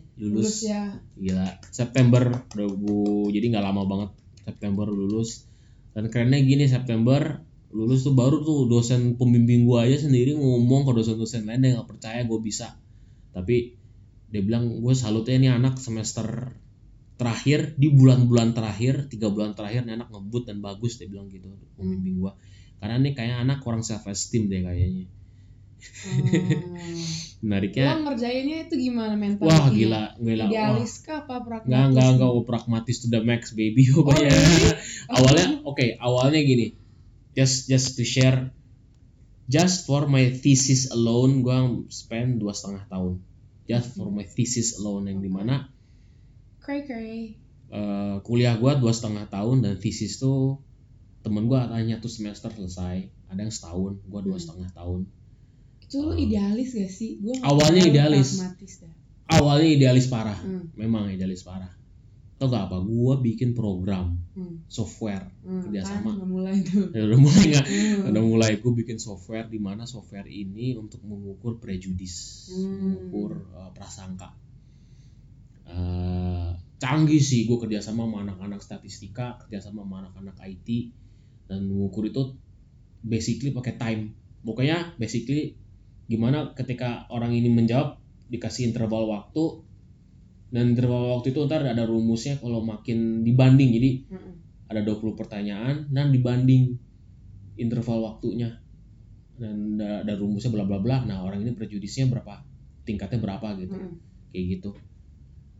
A: lulus.
B: Lulus ya.
A: Gila. September udah gua- jadi nggak lama banget September lulus. Dan kerennya gini September lulus tuh baru tuh dosen pembimbing gua aja sendiri ngomong ke dosen-dosen lain dia nggak percaya gua bisa tapi dia bilang gue salutnya ini anak semester terakhir di bulan-bulan terakhir tiga bulan terakhir nih anak ngebut dan bagus dia bilang gitu pembimbing gua karena nih kayaknya anak kurang self esteem deh kayaknya menariknya
B: Lo Oh. ngerjainnya itu gimana
A: Ya.
B: mental?
A: wah gila gila wah
B: Idealis kah apa praktis?
A: nggak nggak nggak oh, pragmatis to the max baby
B: Oh,
A: pokoknya
B: really?
A: awalnya oke awalnya gini just just to share just for my thesis alone gua spend dua setengah tahun just for my thesis alone yang
B: Oke.
A: dimana
B: Cray cray.
A: eh, kuliah gua dua setengah tahun dan thesis tuh temen gua tanya tuh semester selesai ada yang setahun gua dua
B: Hmm.
A: setengah tahun
B: Itu
A: Oh.
B: lo idealis gak sih? Gua nggak
A: Awalnya
B: terlalu
A: idealis.
B: Pragmatis dah.
A: awalnya idealis parah
B: Hmm,
A: memang idealis parah tau gak apa gua bikin program
B: hmm,
A: software
B: hmm.
A: Kerjasama.
B: Kan, udah mulai tuh.
A: Ya, udah mulai nggak
B: Hmm.
A: udah mulai gue bikin software di mana software ini untuk mengukur prejudis
B: Hmm.
A: mengukur uh, prasangka Eh, canggih sih gue kerjasama sama anak-anak statistika kerjasama sama anak-anak IT dan mengukur itu basically pakai time pokoknya basically gimana ketika orang ini menjawab dikasih interval waktu dan interval waktu itu ntar ada rumusnya kalau makin dibanding jadi
B: Hmm.
A: ada 20 pertanyaan dan dibanding interval waktunya dan ada, ada rumusnya bla bla bla nah orang ini prejudisnya berapa tingkatnya berapa gitu
B: Hmm.
A: kayak gitu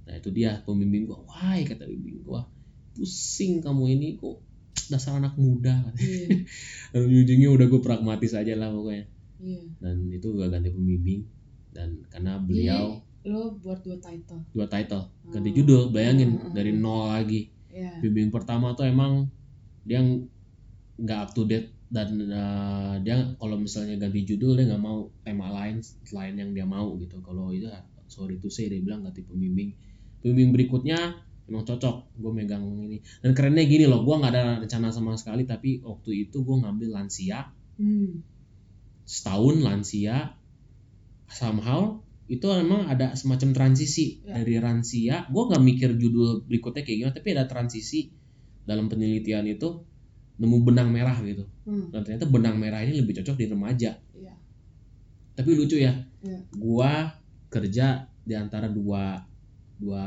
A: nah itu dia pembimbing gua wah kata pembimbing gua pusing kamu ini kok dasar anak muda
B: Iya,
A: dan ujungnya udah gue pragmatis aja lah pokoknya
B: iya.
A: dan itu gua ganti pembimbing dan karena beliau
B: Jadi, lo buat dua title.
A: dua title ganti
B: Iya. Hmm.
A: judul bayangin
B: Hmm.
A: dari nol lagi
B: Iya.
A: bimbing pertama tuh emang dia ng- nggak up to date dan uh, dia kalau misalnya ganti judul dia nggak mau tema lain selain yang dia mau gitu kalau itu sorry to say dia bilang ganti pembimbing pembimbing berikutnya emang cocok gue megang ini dan kerennya gini loh gue nggak ada rencana sama sekali tapi waktu itu gue ngambil lansia
B: Hmm.
A: setahun lansia somehow itu emang ada semacam transisi
B: Ya.
A: dari lansia gue nggak mikir judul berikutnya kayak gimana tapi ada transisi dalam penelitian itu nemu benang merah gitu
B: Hmm.
A: dan ternyata benang merah ini lebih cocok di remaja
B: Iya.
A: tapi lucu ya
B: Iya.
A: gua kerja di antara dua dua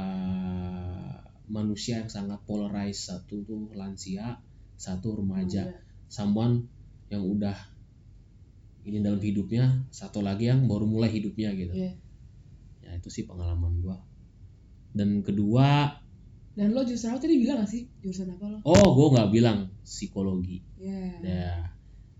A: manusia yang sangat polarized satu tuh lansia satu remaja
B: Iya,
A: someone yang udah ini dalam hidupnya satu lagi yang baru mulai hidupnya gitu
B: Iya.
A: ya itu sih pengalaman gua dan kedua
B: Dan lo jurusan apa tadi bilang gak sih? Jurusan apa lo?
A: oh gua nggak bilang psikologi
B: Iya.
A: ya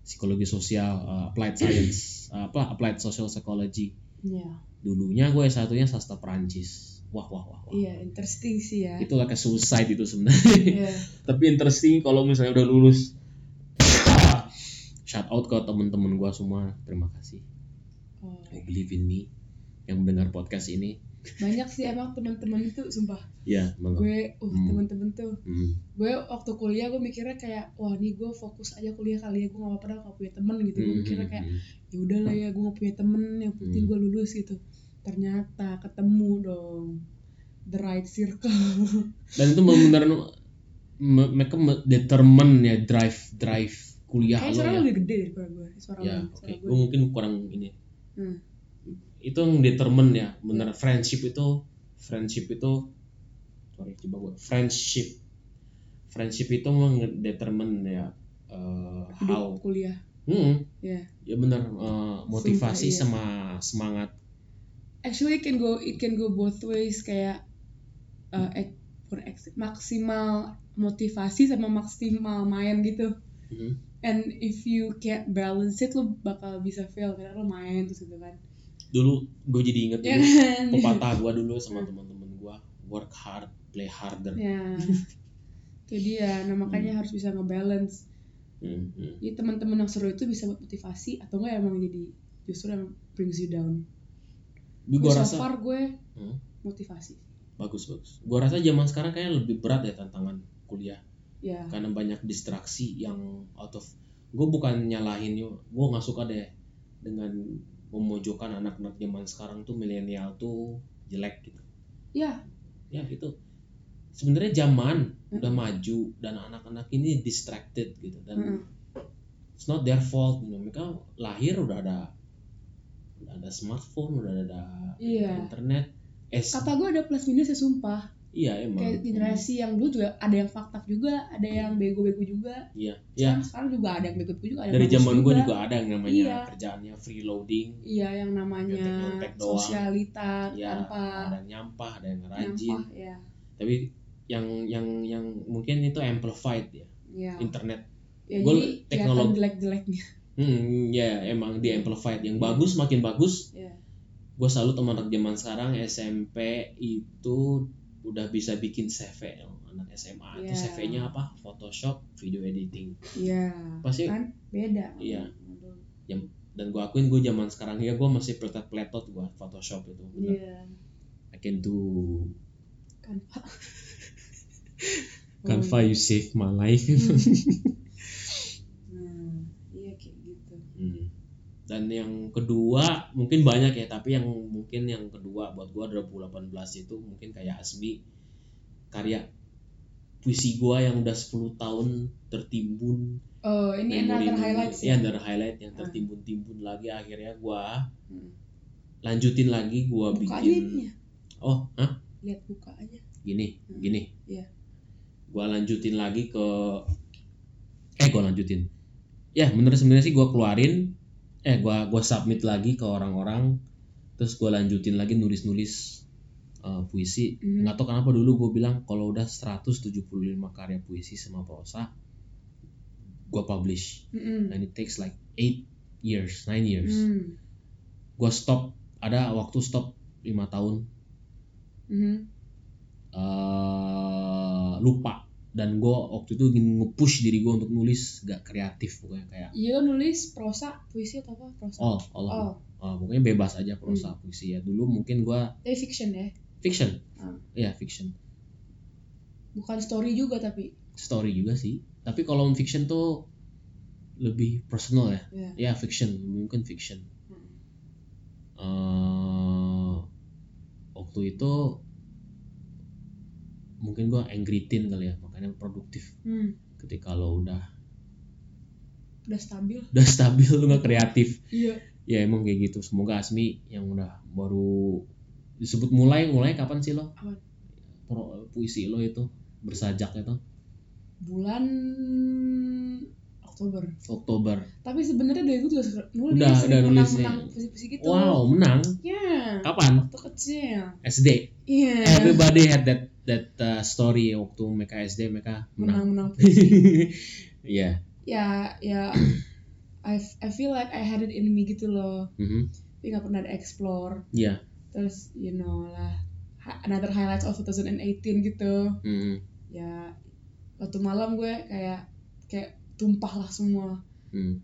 A: psikologi sosial uh, applied science uh, apa applied social psychology
B: Iya.
A: dulunya gue satunya sastra Perancis wah wah wah, wah.
B: Iya, interesting sih ya.
A: itu kayak suicide itu sebenarnya
B: Iya.
A: tapi interesting kalau misalnya udah lulus Ah, shout out ke temen-temen gua semua terima kasih
B: Oh.
A: I believe in me yang mendengar podcast ini
B: Banyak sih emang teman-teman itu sumpah.
A: ya monggo
B: Gue uh
A: Hmm.
B: teman-teman tuh
A: Hmm.
B: gue waktu kuliah gue mikirnya kayak wah nih gue fokus aja kuliah kali ya gue gak pernah gak punya temen gitu gue mikirnya kayak
A: Hmm.
B: ya udah lah ya gue gak punya temen yang penting
A: Hmm.
B: gue lulus gitu ternyata ketemu dong the right circle
A: dan itu benar mereka me- determine ya drive drive kuliah
B: kayak
A: lo
B: suara
A: ya
B: lu lebih gede daripada gue suara
A: ya
B: lu
A: oke
B: suara
A: Gua
B: gue
A: mungkin kurang ini
B: Hmm.
A: itu yang determine ya bener friendship itu friendship itu sorry coba gue friendship friendship itu mendetermine ya eh,
B: hidup
A: how
B: kuliah
A: Hmm.
B: Ya.
A: ya benar eh, motivasi
B: iya.
A: sama semangat
B: actually it can go it can go both ways kayak
A: Hmm.
B: uh, ek- bukan eks- maksimal motivasi sama maksimal main gitu
A: Mhm.
B: and if you can't balance it lo bakal bisa fail karena lo main terus gitu kan
A: dulu gue jadi inget
B: ya
A: dulu
B: kan
A: pepatah gue dulu sama teman-teman gue work hard play harder
B: ya itu dia nah makanya harus bisa ngebalance
A: Hmm, hmm.
B: jadi teman-teman yang seru itu bisa buat motivasi atau enggak emang jadi justru yang brings you down
A: Tapi
B: gue
A: gue
B: so
A: rasa
B: far gue
A: Hmm.
B: motivasi
A: bagus bagus gue rasa zaman sekarang kayaknya lebih berat ya tantangan kuliah
B: ya
A: karena banyak distraksi yang out of gue bukan nyalahin yo gue nggak suka deh dengan memojokkan anak-anak zaman sekarang tuh milenial tuh jelek gitu
B: ya
A: ya itu sebenarnya zaman
B: Mm.
A: udah maju dan anak-anak ini distracted gitu dan
B: mm-mm.
A: it's not their fault mereka lahir udah ada udah ada smartphone udah ada
B: Iya.
A: internet S
B: Kata gue ada plus minusnya sumpah.
A: iya emang
B: Kayak generasi yang dulu juga ada yang fakta juga, ada yang bego-bego juga.
A: iya iya
B: Sekarang, sekarang juga ada yang bego-bego juga. Ada yang
A: dari
B: bagus
A: zaman gue juga ada yang namanya
B: Iya.
A: kerjaannya freeloading
B: Iya, yang namanya
A: Nyontek-nyontek doang.
B: sosialita
A: ya
B: tanpa
A: ada yang nyampah ada yang rajin
B: nyampah ya.
A: tapi yang yang yang mungkin itu amplified ya
B: Iya.
A: internet
B: Ya,
A: Gua
B: jadi kelihatan
A: teknologi-
B: jelek-jeleknya.
A: hmm ya emang di amplified yang bagus makin bagus
B: Iya.
A: gue salut sama anak zaman sekarang SMP itu udah bisa bikin CV anak SMA itu
B: Iya.
A: CV-nya apa Photoshop video editing
B: Iya.
A: pasti
B: Kan beda.
A: Iya.
B: Aduh.
A: dan gue akuin gue zaman sekarang ya gue masih pletot pletot gue Photoshop itu bener
B: Iya.
A: I
B: Hmm.
A: can do
B: Kanva.
A: Canva you save my life
B: Hmm. Nah, iya kayak gitu.
A: Hmm. Dan yang kedua mungkin banyak ya, tapi yang mungkin yang kedua buat gua 2018 itu mungkin kayak Asmi karya puisi gua yang udah 10 tahun tertimbun
B: Oh, ini
A: memori-
B: another highlight sih.
A: ya another highlight yang
B: Ah.
A: tertimbun-timbun lagi akhirnya gua
B: Hmm.
A: lanjutin lagi gua
B: Buka aja
A: bikin
B: ininya.
A: oh hah?
B: Lihat buka aja.
A: gini
B: Hmm.
A: gini
B: Iya.
A: gua lanjutin lagi ke eh gua lanjutin ya bener sebenarnya sih gua keluarin eh gua gua submit lagi ke orang-orang terus gua lanjutin lagi nulis-nulis eh, puisi
B: Hmm.
A: nggak tahu kenapa dulu gue bilang kalau udah 175 karya puisi sama prosa gua publish
B: Mm-mm.
A: and it takes like 8 years 9 years
B: Mm.
A: gua stop ada waktu stop 5 tahun
B: Mhm.
A: eh lupa dan gue waktu itu ingin nge-push diri gue untuk nulis gak kreatif pokoknya kayak
B: Iya nulis prosa, puisi atau apa? Prosa.
A: oh Allah
B: Oh,
A: oh, pokoknya bebas aja prosa puisi ya dulu mungkin gue
B: tapi fiction ya.
A: fiction
B: Hmm.
A: Iya fiction
B: Bukan story juga tapi.
A: story juga sih tapi kalau fiction tuh lebih personal ya
B: Iya.
A: ya fiction mungkin fiction
B: Mm.
A: eh waktu itu mungkin gue angry teen kali ya makanya produktif
B: Hmm,
A: ketika lo udah
B: udah stabil.
A: udah stabil lu nggak kreatif
B: Iya.
A: ya emang kayak gitu semoga Asmi yang udah baru disebut mulai mulai kapan sih lo
B: Apa?
A: Pro- puisi lo itu bersajak itu
B: Bulan Oktober.
A: Oktober
B: Tapi sebenarnya dari itu juga suka nulis.
A: Udah,
B: sering
A: udah nulis ya.
B: menang-menang puisi-puisi gitu.
A: wow menang
B: Ya,
A: kapan
B: waktu kecil.
A: SD
B: Iya.
A: Eh, everybody had that that uh, story waktu mereka SD mereka menang
B: Menang-menang
A: Iya
B: ya ya I I feel like I had it in me gitu loh
A: Mhm.
B: tapi nggak pernah di explore
A: Iya.
B: terus you know lah hi- another highlights of 2018 gitu
A: Mhm.
B: ya waktu malam gue kayak kayak tumpah lah semua
A: Mhm.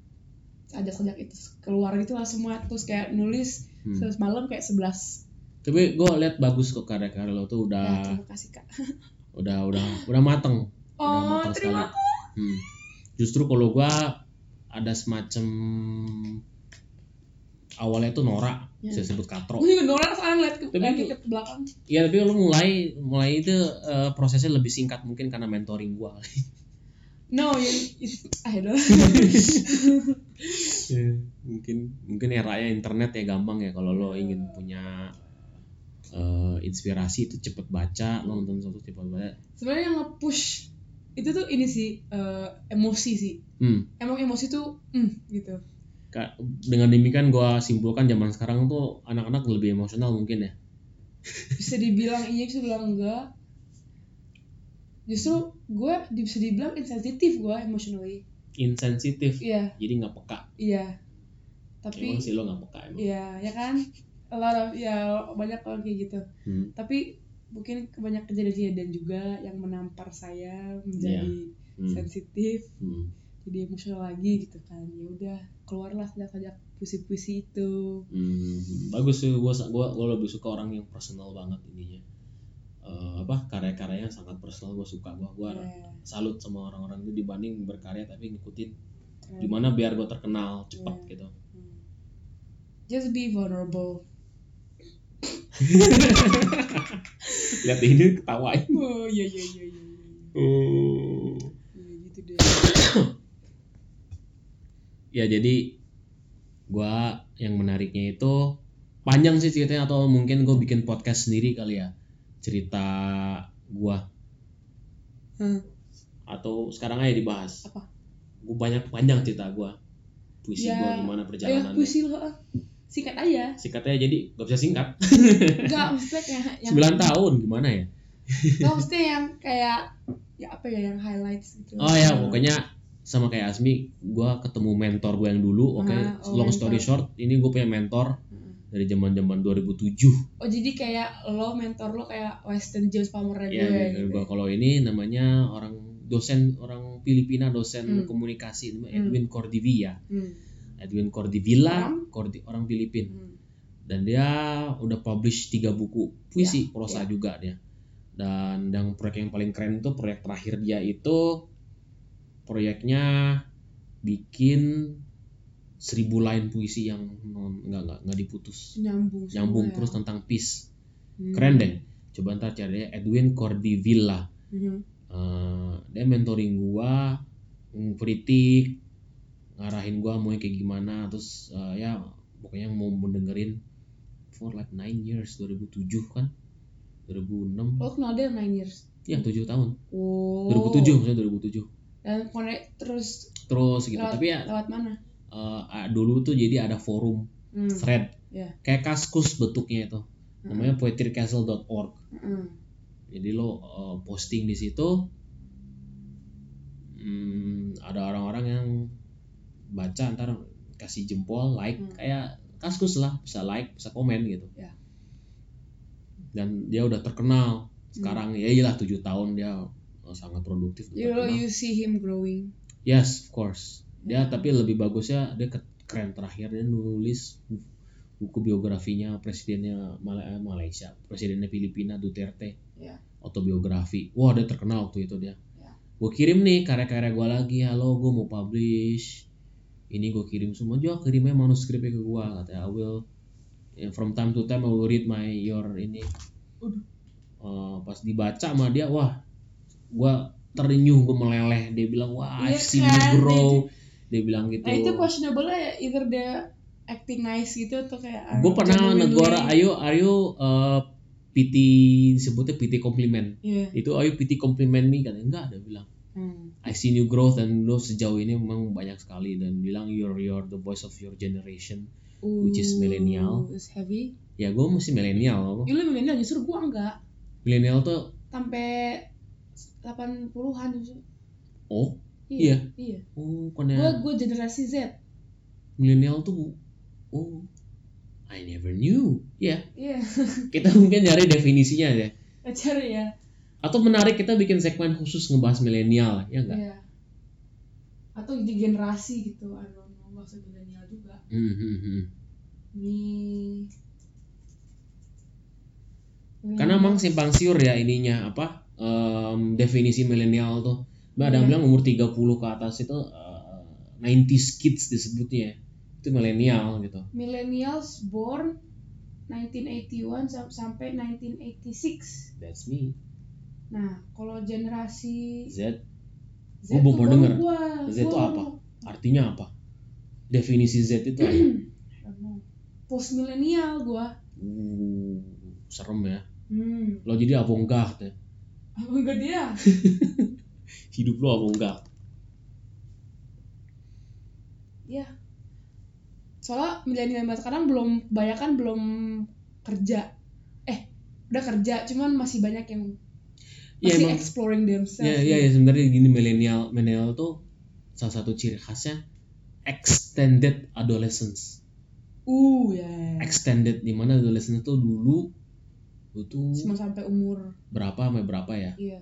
B: sajak-sajak itu keluar gitu lah semua terus kayak nulis
A: Mhm.
B: terus malam kayak 11
A: tapi gue lihat bagus kok karya-karya lo tuh
B: ya
A: udah
B: terima kasih kak
A: udah udah udah mateng udah
B: oh
A: matang sekali.
B: terima kasih
A: Hmm. Justru kalau gua ada semacam awalnya tuh norak,
B: Ya.
A: saya sebut katro.
B: gue juga norak soalnya ngeliat ke,
A: Tapi
B: lagi
A: itu-
B: ke belakang
A: Iya, tapi lu mulai mulai itu eh, prosesnya lebih singkat mungkin karena mentoring gua.
B: no you, you- ah ya udah.
A: mungkin mungkin eranya internet ya gampang ya kalau lo ingin punya eh, inspirasi itu cepet baca, lo nonton sesuatu cepet baca.
B: sebenarnya yang nge-push itu tuh ini sih eh, emosi sih
A: Hmm.
B: emang emosi tuh hmm, gitu
A: Ka- Dengan demikian gua simpulkan zaman sekarang tuh anak-anak lebih emosional mungkin ya.
B: bisa dibilang iya bisa dibilang enggak justru gue di- bisa dibilang insensitif gue emotionally
A: Insensitif,
B: iya
A: jadi nggak peka.
B: iya
A: Emang
B: tapi
A: sih lo nggak peka emang.
B: iya ya kan a lot of- ya banyak orang kayak gitu
A: Hmm.
B: tapi mungkin banyak kejadian-kejadian juga yang menampar saya menjadi
A: Hmm.
B: sensitif
A: Hmm.
B: jadi emosional lagi gitu kan ya udah keluarlah sajak-sajak puisi-puisi itu
A: Hmm, bagus sih gua gua gua lebih suka orang yang personal banget ininya Eh, apa karya-karyanya sangat personal gua suka gua gua
B: Ya,
A: salut sama orang-orang itu dibanding berkarya tapi ngikutin
B: Iya, keren.
A: gimana biar gua terkenal cepat
B: Iya.
A: gitu
B: Hmm. just be vulnerable
A: lihat ini ketawain
B: oh iya iya iya iya, iya.
A: oh.
B: Iya, gitu deh
A: ya jadi gua yang menariknya itu panjang sih ceritanya atau mungkin gue bikin podcast sendiri kali ya cerita gua
B: Hmm.
A: atau sekarang aja dibahas
B: Apa?
A: gue banyak panjang cerita gua puisi
B: Ya,
A: gua gimana
B: ya
A: perjalanannya
B: puisi lo ah. singkat aja
A: singkatnya jadi gak bisa singkat
B: enggak maksudnya kayak yang
A: 9 tahun gimana ya
B: enggak maksudnya yang kayak ya apa ya yang highlights gitu
A: oh ya pokoknya sama kayak Asmi gua ketemu mentor gue yang dulu oke
B: Ah, oh,
A: long story
B: mentor.
A: short ini gue punya mentor
B: Heeh.
A: dari zaman zaman 2007
B: oh jadi kayak lo mentor lo kayak Western James Palmer
A: ya,
B: gue
A: ya,
B: gitu.
A: gua kalau ini namanya orang dosen orang Filipina dosen
B: Hmm.
A: komunikasi namanya
B: Hmm.
A: Edwin Cordivia
B: Hmm.
A: Edwin Cordivilla
B: Orang?
A: Cordi- orang Filipin
B: Hmm.
A: dan dia udah publish tiga buku puisi
B: Ya,
A: prosa juga dia dan yang proyek yang paling keren tuh proyek terakhir dia itu proyeknya bikin seribu line puisi yang non nggak nggak nggak diputus
B: nyambung semua
A: nyambung
B: ya.
A: terus tentang peace
B: Hmm.
A: keren deh coba ntar cari aja Edwin Cordivilla
B: Hmm.
A: Eh, dia mentoring gua mm, kritik ngarahin gua mau kayak gimana terus eh, ya pokoknya yang mau mendengerin for like 9 years 2007 kan 2006
B: lo kenal dia 9 years
A: ya 7 tahun
B: oh
A: 2007 maksudnya 2007
B: dan konek terus
A: terus gitu
B: Lewat-
A: tapi ya
B: lewat mana
A: eh, ah, dulu tuh jadi ada forum
B: Hmm.
A: thread
B: Iya.
A: kayak kaskus bentuknya itu
B: Hmm.
A: namanya poetrycastle.org
B: Mm-mm.
A: jadi lo uh, posting di situ hmm, ada orang-orang yang baca ntar kasih jempol like
B: Hmm.
A: kayak kaskus lah bisa like bisa komen gitu
B: Ya.
A: dan dia udah terkenal
B: Hmm.
A: sekarang ya iyalah tujuh tahun dia uh, sangat produktif
B: you know,
A: terkenal.
B: you see him growing
A: yes of course dia
B: iya. Ya.
A: tapi lebih bagusnya dia ke- keren terakhir dia nulis bu- buku biografinya presidennya Mala- eh, Malaysia presidennya Filipina Duterte
B: Ya.
A: autobiografi wah dia terkenal waktu itu dia
B: Ya.
A: gue kirim nih karya-karya gue lagi halo gue mau publish ini gue kirim semua juga kirimnya manuskripnya ke gue katanya I will eh, from time to time I will read my your ini
B: Waduh.
A: Eh, pas dibaca sama dia wah gue terenyuh gue meleleh dia bilang wah
B: Iya
A: I've seen
B: kan,
A: you grow dia bilang gitu
B: nah itu questionable ya either dia acting nice gitu atau kayak ah,
A: gue pernah
B: genuinely-
A: negor ayo ayo eh, PT sebutnya PT komplimen
B: Iya.
A: itu ayo PT komplimen nih katanya enggak ada bilang
B: Hmm.
A: I see new growth dan lo sejauh ini memang banyak sekali dan bilang you're you're the voice of your generation Which is millennial. Oh.
B: Ooh, It's heavy.
A: ya gue masih milenial
B: Ya, lu milenial justru gua enggak.
A: milenial tuh
B: Sampai 80-an justru.
A: oh
B: Iya. Iya.
A: oh
B: Gua
A: karena
B: gua generasi Z.
A: milenial tuh oh I never knew ya
B: Iya.
A: kita mungkin nyari definisinya ya
B: Ajar ya.
A: atau menarik kita bikin segmen khusus ngebahas milenial ya enggak
B: Iya. Atau di generasi gitu. I don't know. Gak usah milenial juga.
A: Hmm, hmm, hmm.
B: Nih.
A: karena emang simpang siur ya ininya apa em, definisi milenial tuh Mbak ada yang
B: Iya.
A: bilang umur 30 ke atas itu eh, 90s kids disebutnya itu milenial gitu
B: millennials born 1981 sam- sampai 1986.
A: that's me
B: Nah, kalau generasi
A: Z
B: Z
A: Oh, belum pernah
B: tuh baru
A: denger.
B: gua.
A: Z
B: Gua
A: tuh
B: baru-
A: apa? artinya apa definisi Z itu apa?
B: I don't know. Post milenial gua.
A: Uh, serem ya
B: Hmm.
A: lo jadi avongard ya
B: Apa enggak dia?
A: hidup lo avongard
B: Iya. Soalnya milenial banget sekarang belum banyak kan belum kerja. Eh, udah kerja, cuman masih banyak yang
A: Iya,
B: masih
A: emang.
B: exploring themselves. gitu.
A: ya ya ya sebenarnya gini milenial milenial tuh salah satu ciri khasnya extended adolescence
B: Uh, ya. ya, ya.
A: extended di mana adolescence itu dulu itu
B: Cuma sampai umur
A: berapa sampai berapa ya?
B: iya.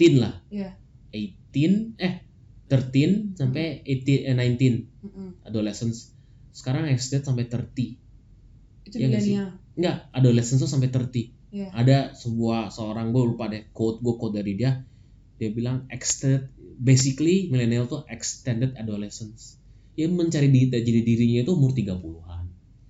A: Teen lah.
B: Iya.
A: 18 eh 13 sampai 18 eh 19
B: Mm-mm.
A: adolescence. Sekarang extended sampai 30.
B: Itu
A: Iya nggak sih?
B: milenial.
A: Enggak, adolescence tuh sampai 30.
B: Iya.
A: Ada sebuah seorang gue lupa deh quote gue quote dari dia. Dia bilang extended basically millennial tuh extended adolescence. Ya mencari diri jadi dirinya itu umur 30-an.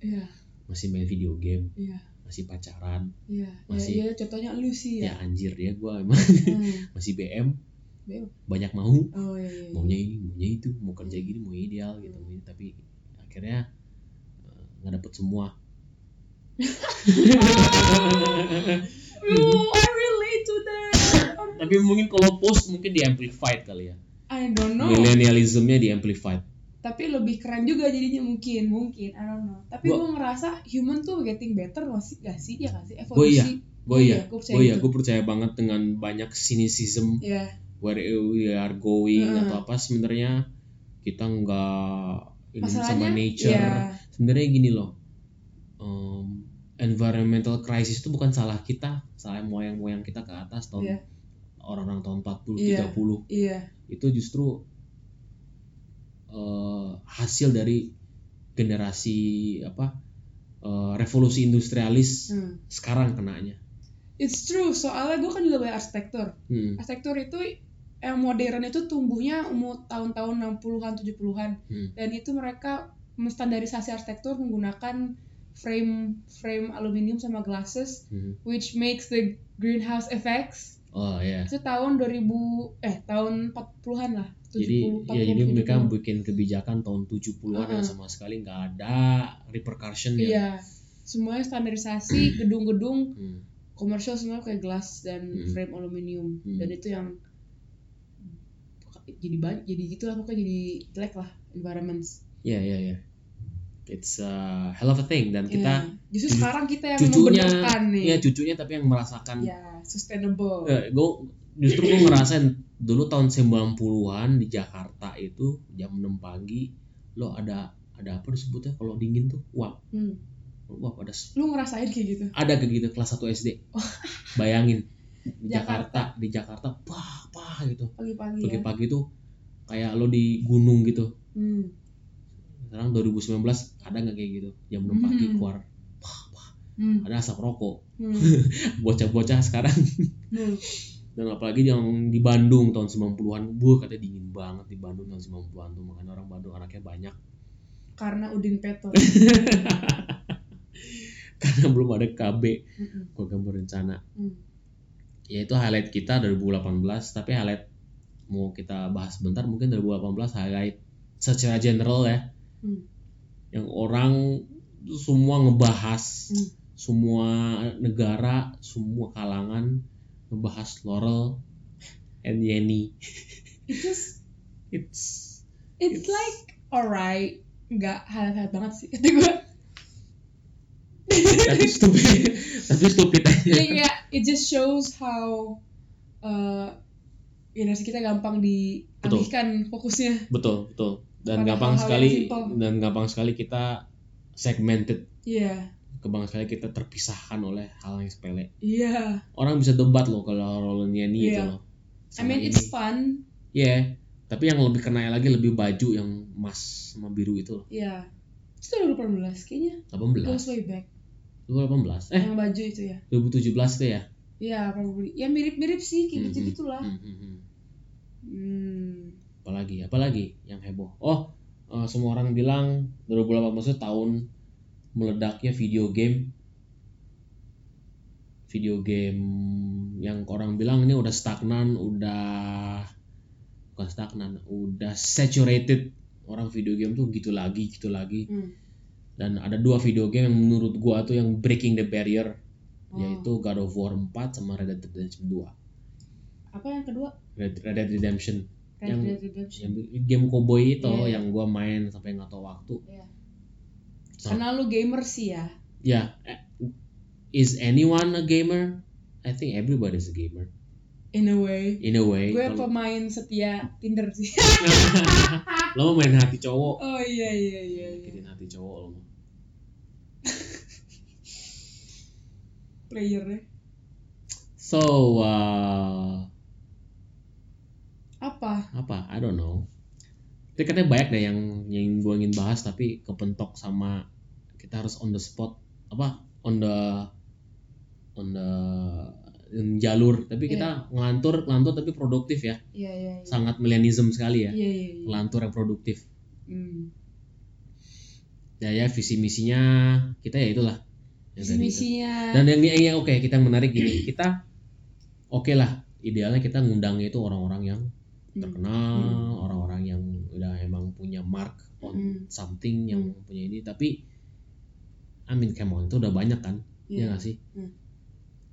B: Iya,
A: Masih main video game,
B: iya,
A: masih pacaran.
B: iya. Ya,
A: Masih.
B: iya, contohnya lu sih
A: Ya,
B: ya.
A: anjir ya gue
B: Hmm.
A: masih BM
B: Beo.
A: banyak mau
B: Oh iya iya.
A: maunya ini maunya itu mau kerja gini mau ideal gitu mau ini tapi akhirnya eh, nggak dapet semua
B: Bro, I relate to that.
A: tapi mungkin kalau post mungkin di amplified kali ya
B: I don't know.
A: millennialismnya di amplified
B: Tapi lebih keren juga jadinya mungkin, mungkin. I don't know. Tapi
A: Gua-
B: gue ngerasa human tuh getting better gak sih? Gak sih? Ya gak sih?
A: Gua iya.
B: Evolusi.
A: gue ya
B: Gue percaya
A: gue ya
B: gitu.
A: gue percaya banget dengan banyak cynicism
B: Iya.
A: where we are going
B: Heeh.
A: atau apa sebenarnya kita nggak ini sama
B: Masalahnya,
A: nature
B: iya.
A: sebenarnya gini loh um, environmental crisis itu bukan salah kita salah moyang-moyang kita ke atas tahun
B: Iya.
A: orang-orang tahun 40
B: Iya.
A: 30
B: Iya.
A: itu justru eh, hasil dari generasi apa eh, revolusi industrialis
B: Hmm.
A: sekarang kenanya
B: It's true. Soalnya gue kan juga banyak arsitektur.
A: Hmm,
B: arsitektur itu yang modern itu tumbuhnya umur tahun-tahun 60-an 70-an
A: hmm.
B: dan itu mereka menstandarisasi arsitektur menggunakan frame frame aluminium sama glasses
A: Hmm.
B: which makes the greenhouse effects
A: oh ya
B: itu tahun 2000 eh tahun 40-an lah 70
A: jadi ya jadi mereka
B: 40-an.
A: bikin kebijakan tahun 70-an yang
B: Uh-uh.
A: sama sekali nggak ada repercussion ya
B: iya semuanya standarisasi gedung-gedung
A: Hmm.
B: komersial semua kayak glass dan
A: Hmm.
B: frame aluminium
A: Hmm.
B: dan itu yang jadi banyak jadi gitu lah pokoknya jadi jelek lah environments
A: ya ya ya it's a hell of a thing dan kita
B: Ya. justru
A: cucu-
B: sekarang kita yang
A: cucunya,
B: membentukkan nih
A: Iya cucunya tapi yang merasakan
B: ya sustainable
A: gue justru gue ngerasain dulu tahun 90-an di Jakarta itu jam 6 pagi lo ada ada apa disebutnya kalau dingin tuh uap
B: Hmm.
A: uap ada s-
B: lu ngerasain kayak gitu
A: ada kayak gitu kelas 1 SD bayangin di Jakarta
B: Jakarta.
A: di Jakarta pah pah gitu
B: pagi-pagi ya
A: pagi-pagi tuh kayak lo di gunung gitu
B: hmm.
A: sekarang 2019 ada nggak kayak gitu jam 6 pagi
B: Hmm.
A: keluar pah pah
B: Hmm.
A: ada asap rokok
B: Hmm.
A: bocah-bocah sekarang
B: Hmm.
A: dan apalagi yang di Bandung tahun 90-an buah katanya dingin banget di Bandung tahun 90-an tuh makanya orang Bandung anaknya banyak
B: karena udin peto Hmm.
A: karena belum ada KB
B: Mm-mm.
A: program berencana
B: Hmm.
A: ya itu highlight kita 2018 tapi highlight mau kita bahas bentar mungkin 2018 highlight secara general ya
B: Hmm.
A: yang orang tuh semua ngebahas
B: Hmm.
A: semua negara semua kalangan ngebahas Laurel and Yeni
B: it just
A: it's
B: it's like alright nggak hal-hal banget sih kata gue
A: tapi stupid tapi stupid aja
B: Iya, kayak it just shows how uh, generasi kita gampang dialihkan fokusnya.
A: betul betul dan
B: Pada
A: gampang
B: hal-hal
A: sekali
B: yang simple.
A: dan gampang sekali kita segmented
B: Iya,
A: gampang sekali kita terpisahkan oleh hal yang sepele
B: iya.
A: orang bisa debat loh kalau Roland Yanni itu
B: Iya.
A: loh
B: I
A: Sama ini.
B: mean it's fun.
A: Iya. tapi yang lebih kena lagi lebih baju yang emas sama biru itu loh
B: Iya. Itu 2018 kayaknya. It goes
A: 18
B: way back.
A: 2018 eh
B: Yang baju itu ya.
A: 2017 tuh ya
B: Iya, probably. Ya mirip-mirip sih kayak
A: Mhm.
B: gitu-gitulah.
A: Hmm, hmm, hmm.
B: Hmm.
A: apalagi apalagi yang heboh oh eh, semua orang bilang 2018 itu tahun meledaknya video game video game yang orang bilang ini udah stagnan udah bukan stagnan udah saturated orang video game tuh gitu lagi gitu lagi
B: Hmm.
A: dan ada dua video game yang menurut gua tuh yang breaking the barrier
B: Oh.
A: yaitu God of War 4 sama Red Dead Redemption 2
B: Apa yang kedua?
A: Red, Red Dead Redemption
B: Red
A: Yang-
B: Dead Redemption.
A: yang game cowboy itu
B: Iya.
A: yang gua main sampai nggak tahu waktu
B: Iya.
A: Sama-
B: Karena lu gamer sih ya.
A: ya eh, is anyone a gamer I think everybody's a gamer
B: In a way.
A: in a way
B: Gue
A: Kalau-
B: pemain setia Tinder sih.
A: lo mau main hati cowok
B: oh iya iya iya. iya.
A: Nyakitin hati cowok lo mah.
B: Playernya.
A: so uh,
B: Apa?
A: apa I don't know tapi katanya banyak deh yang yang gua ingin bahas tapi kepentok sama kita harus on the spot apa on the on the in jalur tapi kita ngelantur ngelantur tapi produktif ya
B: Iya iya iya.
A: sangat milenism sekali ya
B: Iya iya iya.
A: ngelantur yang produktif
B: Hmm.
A: ya ya visi misinya kita ya itulah yang tadi itu.
B: Misinya
A: dan yang, yang, yang oke kita yang menarik gini kita oke lah idealnya kita ngundangnya itu orang-orang yang
B: Hmm. Iya.
A: terkenal, orang-orang yang udah emang punya mark on
B: Hmm.
A: something yang punya ini tapi I mean come on itu udah banyak kan ya
B: Iya.
A: nggak sih
B: Hmm.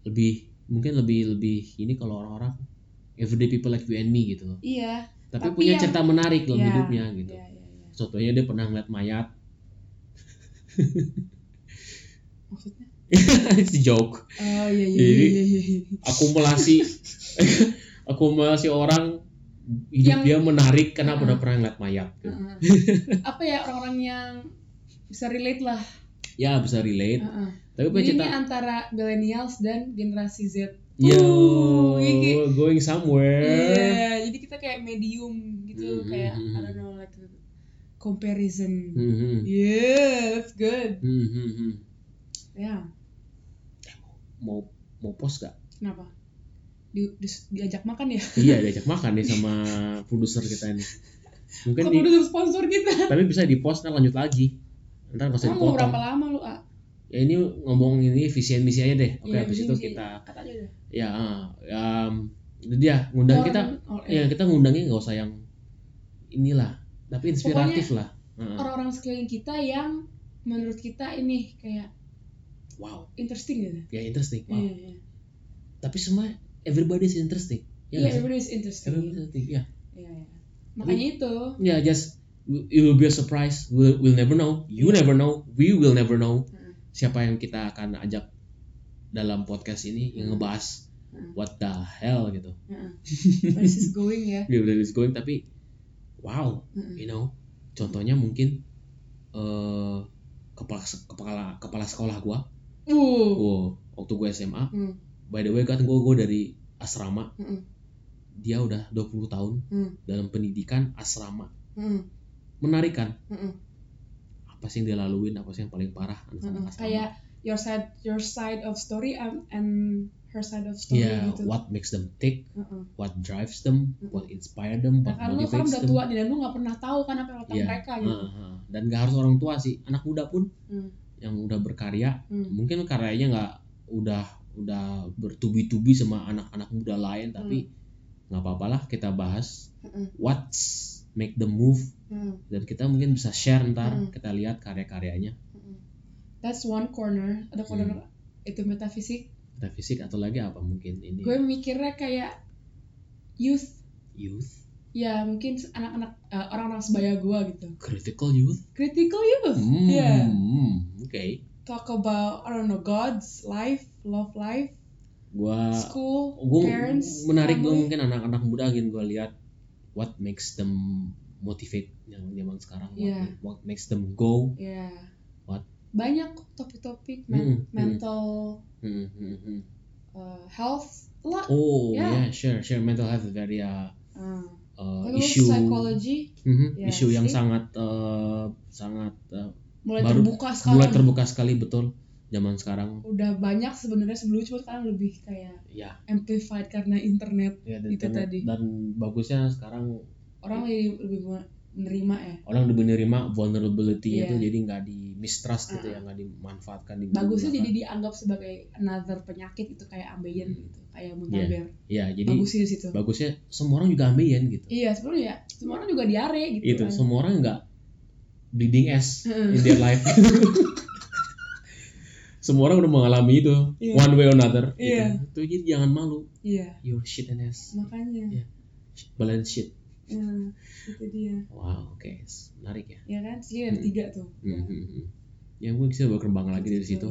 A: lebih mungkin lebih lebih ini kalau orang-orang everyday people like you and me gitu loh
B: Iya.
A: tapi,
B: Tapi
A: punya
B: yang-
A: cerita menarik dalam
B: Ya,
A: hidupnya gitu
B: Iya, iya, iya.
A: contohnya dia pernah ngeliat mayat
B: Maksudnya?
A: It's a joke
B: Oh iya iya
A: Jadi-
B: iya iya. iya.
A: akumulasi akumulasi orang hidup
B: Yang-
A: dia menarik karena
B: Heeh.
A: udah pernah ngeliat mayat gitu.
B: Heeh. Apa ya orang-orang yang bisa relate lah.
A: ya bisa relate
B: Heeh.
A: tapi punya
B: Jadi
A: cerita Eh.
B: ini antara millennials dan generasi Z.
A: yo
B: Uh, ini-
A: we're going somewhere
B: Iya, jadi kita kayak medium gitu
A: Mhm,
B: kayak
A: mhm.
B: I don't know like comparison.
A: Mhm.
B: Yeah, that's good.
A: Mhm.
B: Ya,
A: mau mau post gak?
B: kenapa? Di, di- diajak makan ya?
A: iya diajak makan nih sama produser kita ini mungkin
B: Kan
A: di-
B: udah sponsor kita.
A: tapi bisa di post ntar lanjut lagi ntar pas
B: Emang mau berapa
A: dipotong
B: lama lu, A?
A: ya ini ngomong ini visi and misi aja deh oke
B: Iya,
A: habis
B: visi
A: itu
B: misi.
A: kita
B: Kata aja udah.
A: ya ah, um, itu dia
B: Oh,
A: ngundang kita ya
B: iya.
A: kita ngundangnya nggak usah yang inilah tapi inspiratif lah Heeh.
B: orang-orang sekeliling kita yang menurut kita ini kayak
A: wow
B: interesting gitu.
A: ya interesting wow.
B: Iya, iya.
A: tapi semua everybody's interesting
B: Iya,
A: ya nggak sih?
B: everybody is
A: Everybody's
B: interesting.
A: interesting ya
B: Iya, iya. Makanya itu.
A: ya just it will be a surprise we'll, we'll never know you never know we will never know
B: Iya. Heeh.
A: siapa yang kita akan ajak dalam podcast ini yang
B: Hmm.
A: ngebahas
B: Hmm.
A: what the hell gitu
B: heeh. Where this is going ya.
A: we will is going tapi wow
B: Heeh.
A: you know contohnya mungkin eh kepala kepala kepala sekolah gua
B: Uh.
A: gua waktu gua SMA
B: Hmm.
A: by the way kan gua gua dari asrama
B: Heeh.
A: dia udah 20 tahun
B: Hmm.
A: dalam pendidikan asrama
B: Heeh.
A: menarik kan
B: Heeh.
A: apa sih yang dia laluin apa sih yang paling parah
B: Heeh.
A: anak-anak asrama
B: Kayak your side your side of story um, and her side of story
A: yeah,
B: gitu.
A: Ya, what makes them tick
B: Heeh.
A: what drives them
B: Mm-mm.
A: what inspire them
B: Nah,
A: what
B: kan lu kan
A: motivates
B: udah
A: them
B: tua nih dan lu gak pernah tahu kan apa yang otak
A: Iya.
B: mereka gitu.
A: Ah, ah. dan gak harus orang tua sih anak muda pun
B: Hmm.
A: yang udah berkarya
B: Hmm.
A: mungkin karyanya nggak udah udah bertubi-tubi sama anak-anak muda lain tapi
B: Hmm.
A: nggak apa-apalah kita bahas
B: Mm-mm.
A: what's make them move
B: Hmm.
A: dan kita mungkin bisa share ntar
B: Mm.
A: kita lihat karya-karyanya
B: Mm-mm. That's one corner.
A: Hmm.
B: Ada corner itu metafisik.
A: kita fisik atau lagi apa mungkin ini
B: Gue mikirnya kayak youth.
A: youth
B: Ya mungkin anak-anak eh, orang-orang sebaya gue gitu.
A: critical youth
B: Critical youth.
A: Hmm,
B: Iya.
A: hmm, oke
B: Talk about I don't know God's life, love life,
A: gua
B: school,
A: gue
B: parents.
A: menarik gue
B: family.
A: mungkin anak-anak muda gitu gue lihat what makes them motivate yang zaman sekarang what,
B: Yeah.
A: what makes them go
B: Ya.
A: What? Hmm,
B: Banyak kok topik-topik
A: Mm-mm.
B: men- mental
A: Hmm, hmm, hmm.
B: uh, health lah.
A: oh yeah.
B: Yeah.
A: sure sure mental health is very uh,
B: Ah.
A: uh,
B: Lalu
A: issue
B: psychology
A: Mhm,
B: Yeah,
A: issue yang
B: see?
A: sangat uh, sangat uh,
B: mulai
A: Baru-
B: terbuka sekarang.
A: mulai terbuka sekali betul zaman sekarang
B: Udah banyak sebenarnya sebelumnya cuma sekarang lebih kayak
A: ya
B: amplified karena internet
A: ya, dan,
B: Itu
A: dan-
B: tadi.
A: dan bagusnya sekarang
B: orang
A: Ya.
B: jadi lebih me- menerima ya
A: orang udah menerima vulnerability itu
B: Yeah.
A: jadi nggak di mistrust gitu
B: Ah.
A: ya nggak dimanfaatkan
B: bagusnya jadi
A: digunakan.
B: dianggap sebagai another penyakit itu kayak ambeien
A: Hmm.
B: gitu kayak muntaber
A: ya jadi
B: bagusnya di situ
A: bagusnya semua orang juga ambeien gitu
B: iya sebenarnya ya semua orang juga diare gitu
A: itu
B: kan.
A: semua orang nggak bleeding ass
B: Heeh.
A: in their life semua orang udah mengalami itu
B: Iya.
A: one way or another
B: Iya.
A: gitu. itu jadi jangan malu
B: iya
A: your shit and ass
B: makanya
A: Iya. balance shit
B: Nah, itu dia
A: wow oke S- menarik ya
B: ya kan jadi ada
A: Hmm.
B: tiga tuh
A: Mhm. ya mungkin bisa berkembang lagi dari situ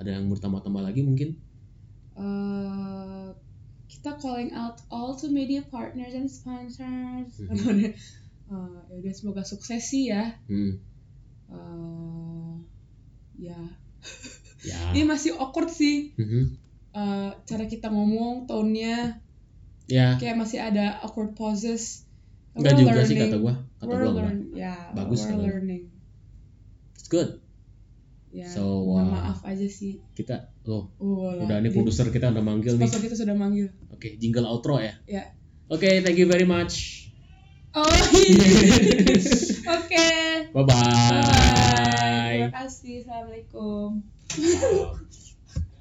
A: ada yang bertambah-tambah lagi mungkin
B: Eh, kita calling out all to media partners and sponsors
A: Mhm.
B: Eh, ya udah semoga sukses sih ya
A: hmm.
B: Eh, ya
A: ya
B: ini masih awkward sih
A: Mhm.
B: eh, cara kita ngomong tone-nya
A: ya
B: kayak masih ada awkward pauses
A: nggak
B: We're
A: juga sih
B: learning.
A: kata gua kata
B: We're
A: gua enggak.
B: learn ya
A: Bagus
B: we're
A: lah.
B: learning
A: it's good
B: ya
A: So,
B: mohon
A: uh,
B: maaf aja sih
A: kita loh
B: oh,
A: udah nih produser kita udah manggil nih
B: sponsor kita sudah manggil
A: oke jingle outro ya
B: Ya.
A: oke thank you very much
B: oh iya oke
A: Bye-bye.
B: Bye. terima kasih assalamualaikum
A: Wow.